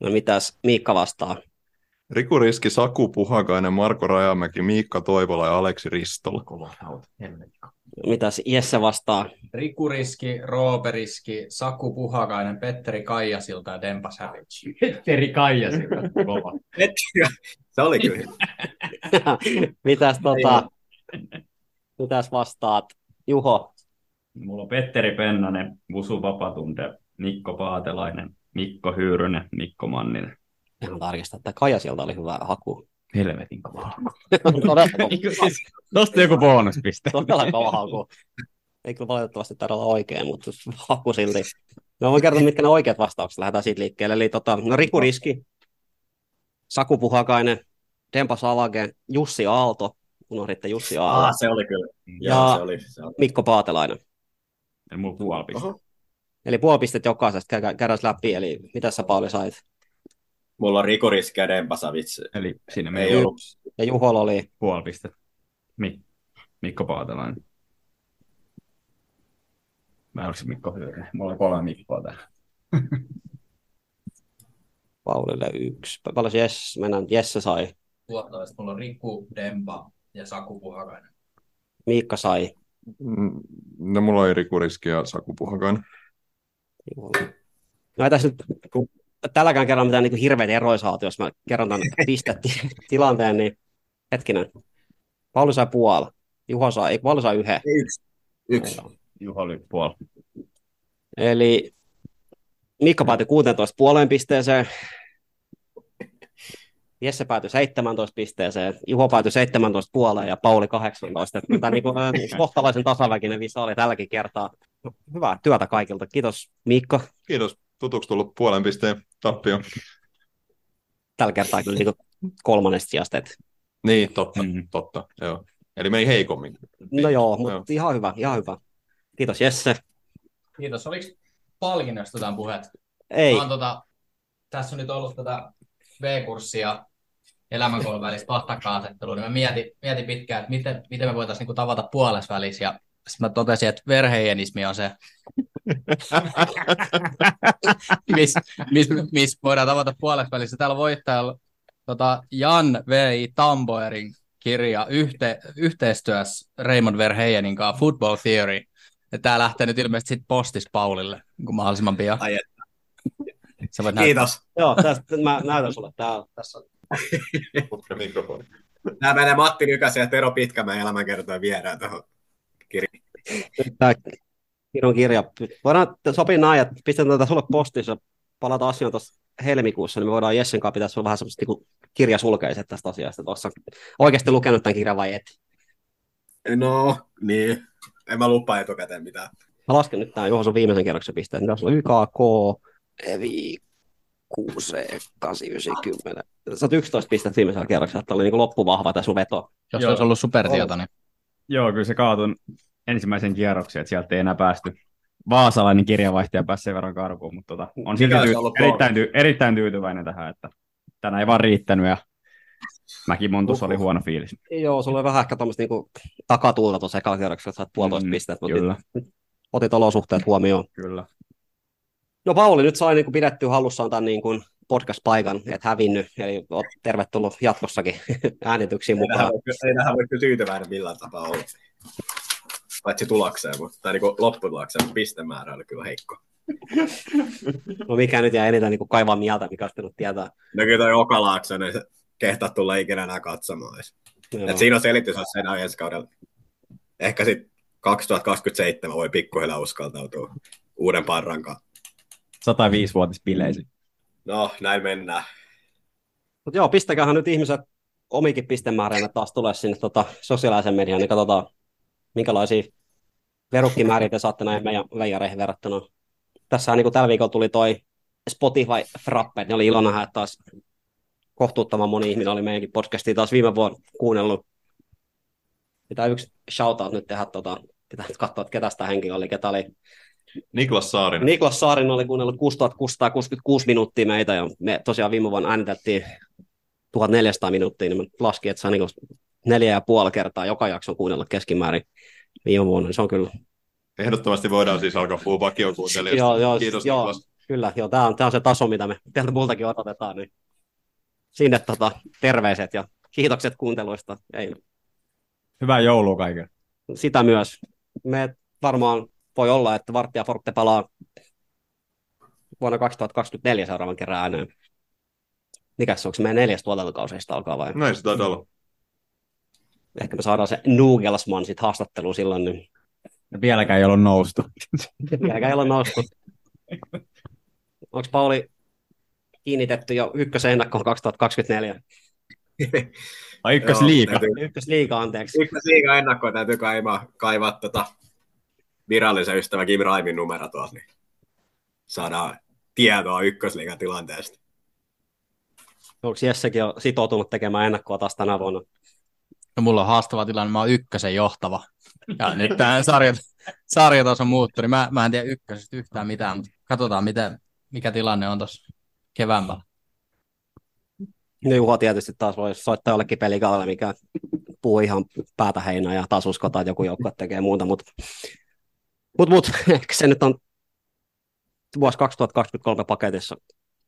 B: No mitäs Miikka vastaa?
C: Riku Riski, Saku Puhakainen, Marko Rajamäki, Miikka Toivola ja Aleksi Ristola.
E: Kolonauta, helvetti.
B: Mitäs Jesse vastaa?
H: Riku Riski, Roope Riski, Saku Puhakainen, Petteri Kaijasilta ja Dempa Savage.
E: Petteri Kaija siltä. Kova.
D: Se oli kyllä. hyvä.
B: mitäs, tota, mitäs vastaat? Juho,
E: Mulla on Petteri Pennanen, Vusu Vapatunde, Mikko Paatelainen, Mikko Hyyrynen, Mikko Manninen.
B: ihan tarkistaa, että Kaija sieltä oli hyvä haku.
E: Helvetin kovaa.
B: Todella kova,
E: Eikö siis-
G: Tosta joku bonuspiste.
B: todella kova haku. Ei kyllä valitettavasti taida olla oikein, mutta haku silti. No voin kertoa, mitkä ne oikeat vastaukset lähdetään siitä liikkeelle. Eli tota, no Riku Riski, Saku Puhakainen, Tempa Salage, Jussi Aalto, unohditte Jussi Aalto,
D: Ah, se oli kyllä.
B: Ja-
D: Ja... Joo, se oli. Se oli.
B: Mikko Paatelainen.
E: Ei mulla puoli pistettä.
B: Eli puoli pistettä jokaisesta kä- käydään läpi, eli mitä sä Pauli sait?
D: Mulla on rikuris kädenpasavits.
E: Eli siinä
D: Ei,
E: meillä
D: ei
E: on
D: ollut.
B: Ja Juholla oli
E: puoli pistettä. Mik- Mikko Paatelainen. Mä oliko se Mikko Hyyrynen? Mulla on kolme Mikkoa täällä.
B: Paulille yksi. Pa- Paljon se Jess, mennään, Jesse sai,
H: Luottavasti mulla on Riku, Dempa ja Saku Puhakainen.
B: Miikka sai.
C: Mm, No mulla oli Riku Riski ja Saku Puhakainen.
B: No ei Niin tässä nyt, kun tälläkään kerralla mitään niin hirveitä eroja saatu, jos mä kerron tämän pistetilanteen, niin hetkinen. Pauli sai puoli, Juho sai, ei, Pauli sai yhden.
D: Yksi. Yksi.
E: Juho oli puoli.
B: Eli Mikko päätyi 16 puoleen pisteeseen. Jesse päätyi 17 pisteeseen, Juho päätyi 17 puoleen ja Pauli 18. Että Tämä niin kuin, ö, kohtalaisen tasaväkinen visa oli tälläkin kertaa. Hyvää työtä kaikilta. Kiitos Mikko.
C: Kiitos. Tutuksi tullut puolen pisteen tappio.
B: Tällä kertaa kyllä niin kuin kolmannesta sijasta. et-
C: Niin, totta,
E: Mm.
C: totta. Joo. Eli meni heikommin.
B: No
C: Niin.
B: joo, mutta
C: Joo.
B: ihan hyvä, ihan hyvä. Kiitos Jesse.
H: Kiitos. Oliko palkinnoista jotain puhetta?
B: Ei,
H: Mä
F: Ah.
H: oon tota, tässä on nyt ollut tätä V-kurssia elämänkoulun välistä vastakkainasettelua, niin mä mietin, mietin pitkään, että miten, miten me voitaisiin niinku tavata puolessa välissä, ja sitten mä totesin, että verheijenismi on se, missä mis, mis voidaan tavata puolessa välissä. Täällä voittajalla tota, Jan V.I. Tamboerin kirja yhte, yhteistyössä Raymond Verheijenin kanssa Football Theory. Ja tää lähtee nyt ilmeisesti sit postis Paulille
F: niin
H: kun mahdollisimman pian.
D: Ai
H: Sä voit näyttää
D: Kiitos.
B: joo, tästä, mä näytän sulle. Tää, tässä on.
C: Ja mikrofoni.
D: Nämä menee Matti Nykäsen ja Tero Pitkämäen elämänkertoja viedään tuohon.
B: Tää kirjon kirja. Voidaan, sopii näin, että pistetään tätä sulle postissa. Palataan asiaan tuossa helmikuussa, niin me voidaan Jessen kanssa pitää sulla vähän semmoiset niin kirjasulkeiset tästä asiasta. Tuossa oikeasti lukenut tämän kirjan vai et?
D: No, niin. En mä lupaa etukäteen mitään.
B: Mä lasken nyt tämän Juho sun viimeisen kerroksen pisteen. Tässä on YKK, EVI, 6, 8, 9, 10. Sä oot 11 pistettä viimeisellä kerroksella. Tämä oli niin loppuvahva tämä sun veto.
F: Jos
E: Joo.
F: olisi ollut niin- supertietoinen.
E: Joo, kyllä se kaatui ensimmäisen kierroksen, että sieltä ei enää päästy. Vaasalainen kirjavaihtaja pääsi sen verran karkuun, mutta tota, on silti
D: Mikä olisi
E: tyy-
D: ollut
E: erittäin, ty- erittäin, tyytyväinen tähän, että tänään ei vaan riittänyt ja mäkin montus
D: Uhuh.
E: oli huono fiilis.
B: Joo, sulla oli vähän ehkä tuommoista niinku takatuulta tuossa ekalla kerroksella, että saat puolitoista mm,
E: Mm,
B: pistettä, mutta
E: Kyllä,
B: nyt otit olosuhteet huomioon.
E: kyllä.
B: No Pauli nyt sai niinku pidettyä hallussaan tämän niinku podcast-paikan, et hävinnyt, eli oot tervetullut jatkossakin äänityksiin
D: Ei tähän
B: mukaan.
D: voi, ei tähän voi kyllä tyytyväinen millään tapaa olla. Paitsi tulokseen, mutta tai niin lopputulokseen, mutta pistemäärä oli kyllä heikko.
B: No mikä nyt jää eniten niinku kaivaa mieltä, mikä olisi pitänyt tietää.
D: No kyllä toi Okalaaksonen, se kehtaa tulla ikinä enää katsomaan. edes.
B: Joo.
D: Et siinä on selitys, jos enää ensi kaudella. Ehkä sitten 2027 voi pikkuhiljaa uskaltautua uuden parrankaan.
E: 105-vuotis bileisi.
D: No, näin mennään.
B: Mutta joo, pistäkähän nyt ihmiset omikin pistemäärinä taas tulee sinne tota, sosiaalisen mediaan, niin katsotaan, minkälaisia verukkimääriä te saatte näihin meidän veijareihin verrattuna. Tässähän niin tällä viikolla tuli toi Spotify Frappe, niin oli ilo nähdä, että taas kohtuuttoman moni ihminen oli meidänkin podcastia taas viime vuonna kuunnellut. Pitää yksi shoutout nyt tehdä, tota, pitää nyt katsoa, että ketä sitä henkilöä oli, ketä oli
C: Niklas Saarinen.
B: Niklas Saarinen oli kuunnellut 6666 minuuttia meitä ja me tosiaan viime vuonna äänitettiin 1400 minuuttia, niin mä laskin, että se on niin neljä ja puoli kertaa joka jakson kuunnella keskimäärin viime vuonna. niin Se on kyllä,
C: Ehdottomasti voidaan siis alkaa puhua vakiokuuntelijoista.
B: Joo, joo,
C: Kiitos
B: joo.
C: Niklas.
B: kyllä, joo, tämä on, tää on se taso, mitä me täältä multakin odotetaan. Niin. sinne tota, terveiset ja kiitokset kuunteluista. Ei,
G: Hyvää joulua kaikille.
B: sitä myös. Me varmaan voi olla, että Varttia Forte palaa vuonna 2024 seuraavan kerran ääneen. Mikäs se onko meidän neljäs tuotantokausista alkaa vai?
C: Näin se taitaa olla.
B: Ehkä me saadaan se Nugelsman sitten haastatteluun silloin, niin
G: Ja vieläkään ei ollut noustu.
B: vieläkään ei ole noussut. Onko Pauli kiinnitetty jo ykkösen ennakkoon 2024?
G: Ai ykkösliiga.
D: Joo, täytyy-
B: Ykkösliiga, anteeksi.
D: Ykkösliiga ennakkoa täytyy kaivaa, kaivaa tota virallisen ystävän Kim Raimin numero tuolta, niin saadaan tietoa ykkösliigan tilanteesta.
B: Onko Jessekin jo sitoutunut tekemään ennakkoa taas tänä vuonna?
F: No, mulla on haastava tilanne, mä oon ykkösen johtava. Ja nyt tämä sarja, sarjataso muuttuu, niin mä, mä en tiedä ykkösestä yhtään mitään, mutta katsotaan mitä, mikä tilanne on tuossa keväällä.
B: No Juho tietysti taas voi soittaa jollekin pelikaudelle, mikä puu ihan päätä heinää ja taas uskotaan, että joku joukkue tekee muuta, mutta mut, mut, ehkä se nyt on vuosi 2023 paketissa.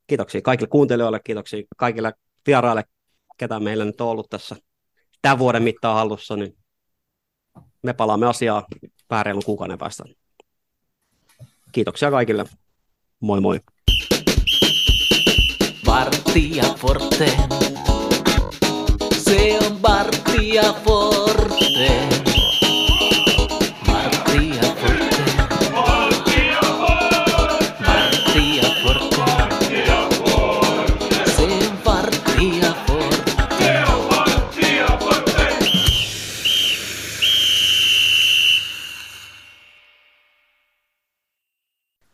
B: Kiitoksia kaikille kuuntelijoille, kiitoksia kaikille vieraille, ketä meillä nyt on ollut tässä tämän vuoden mittaan hallussa, niin me palaamme asiaa vähän reilun kuukauden päästä. Kiitoksia kaikille. Moi moi.
A: Bartia Forte. Se on Bartia Forte.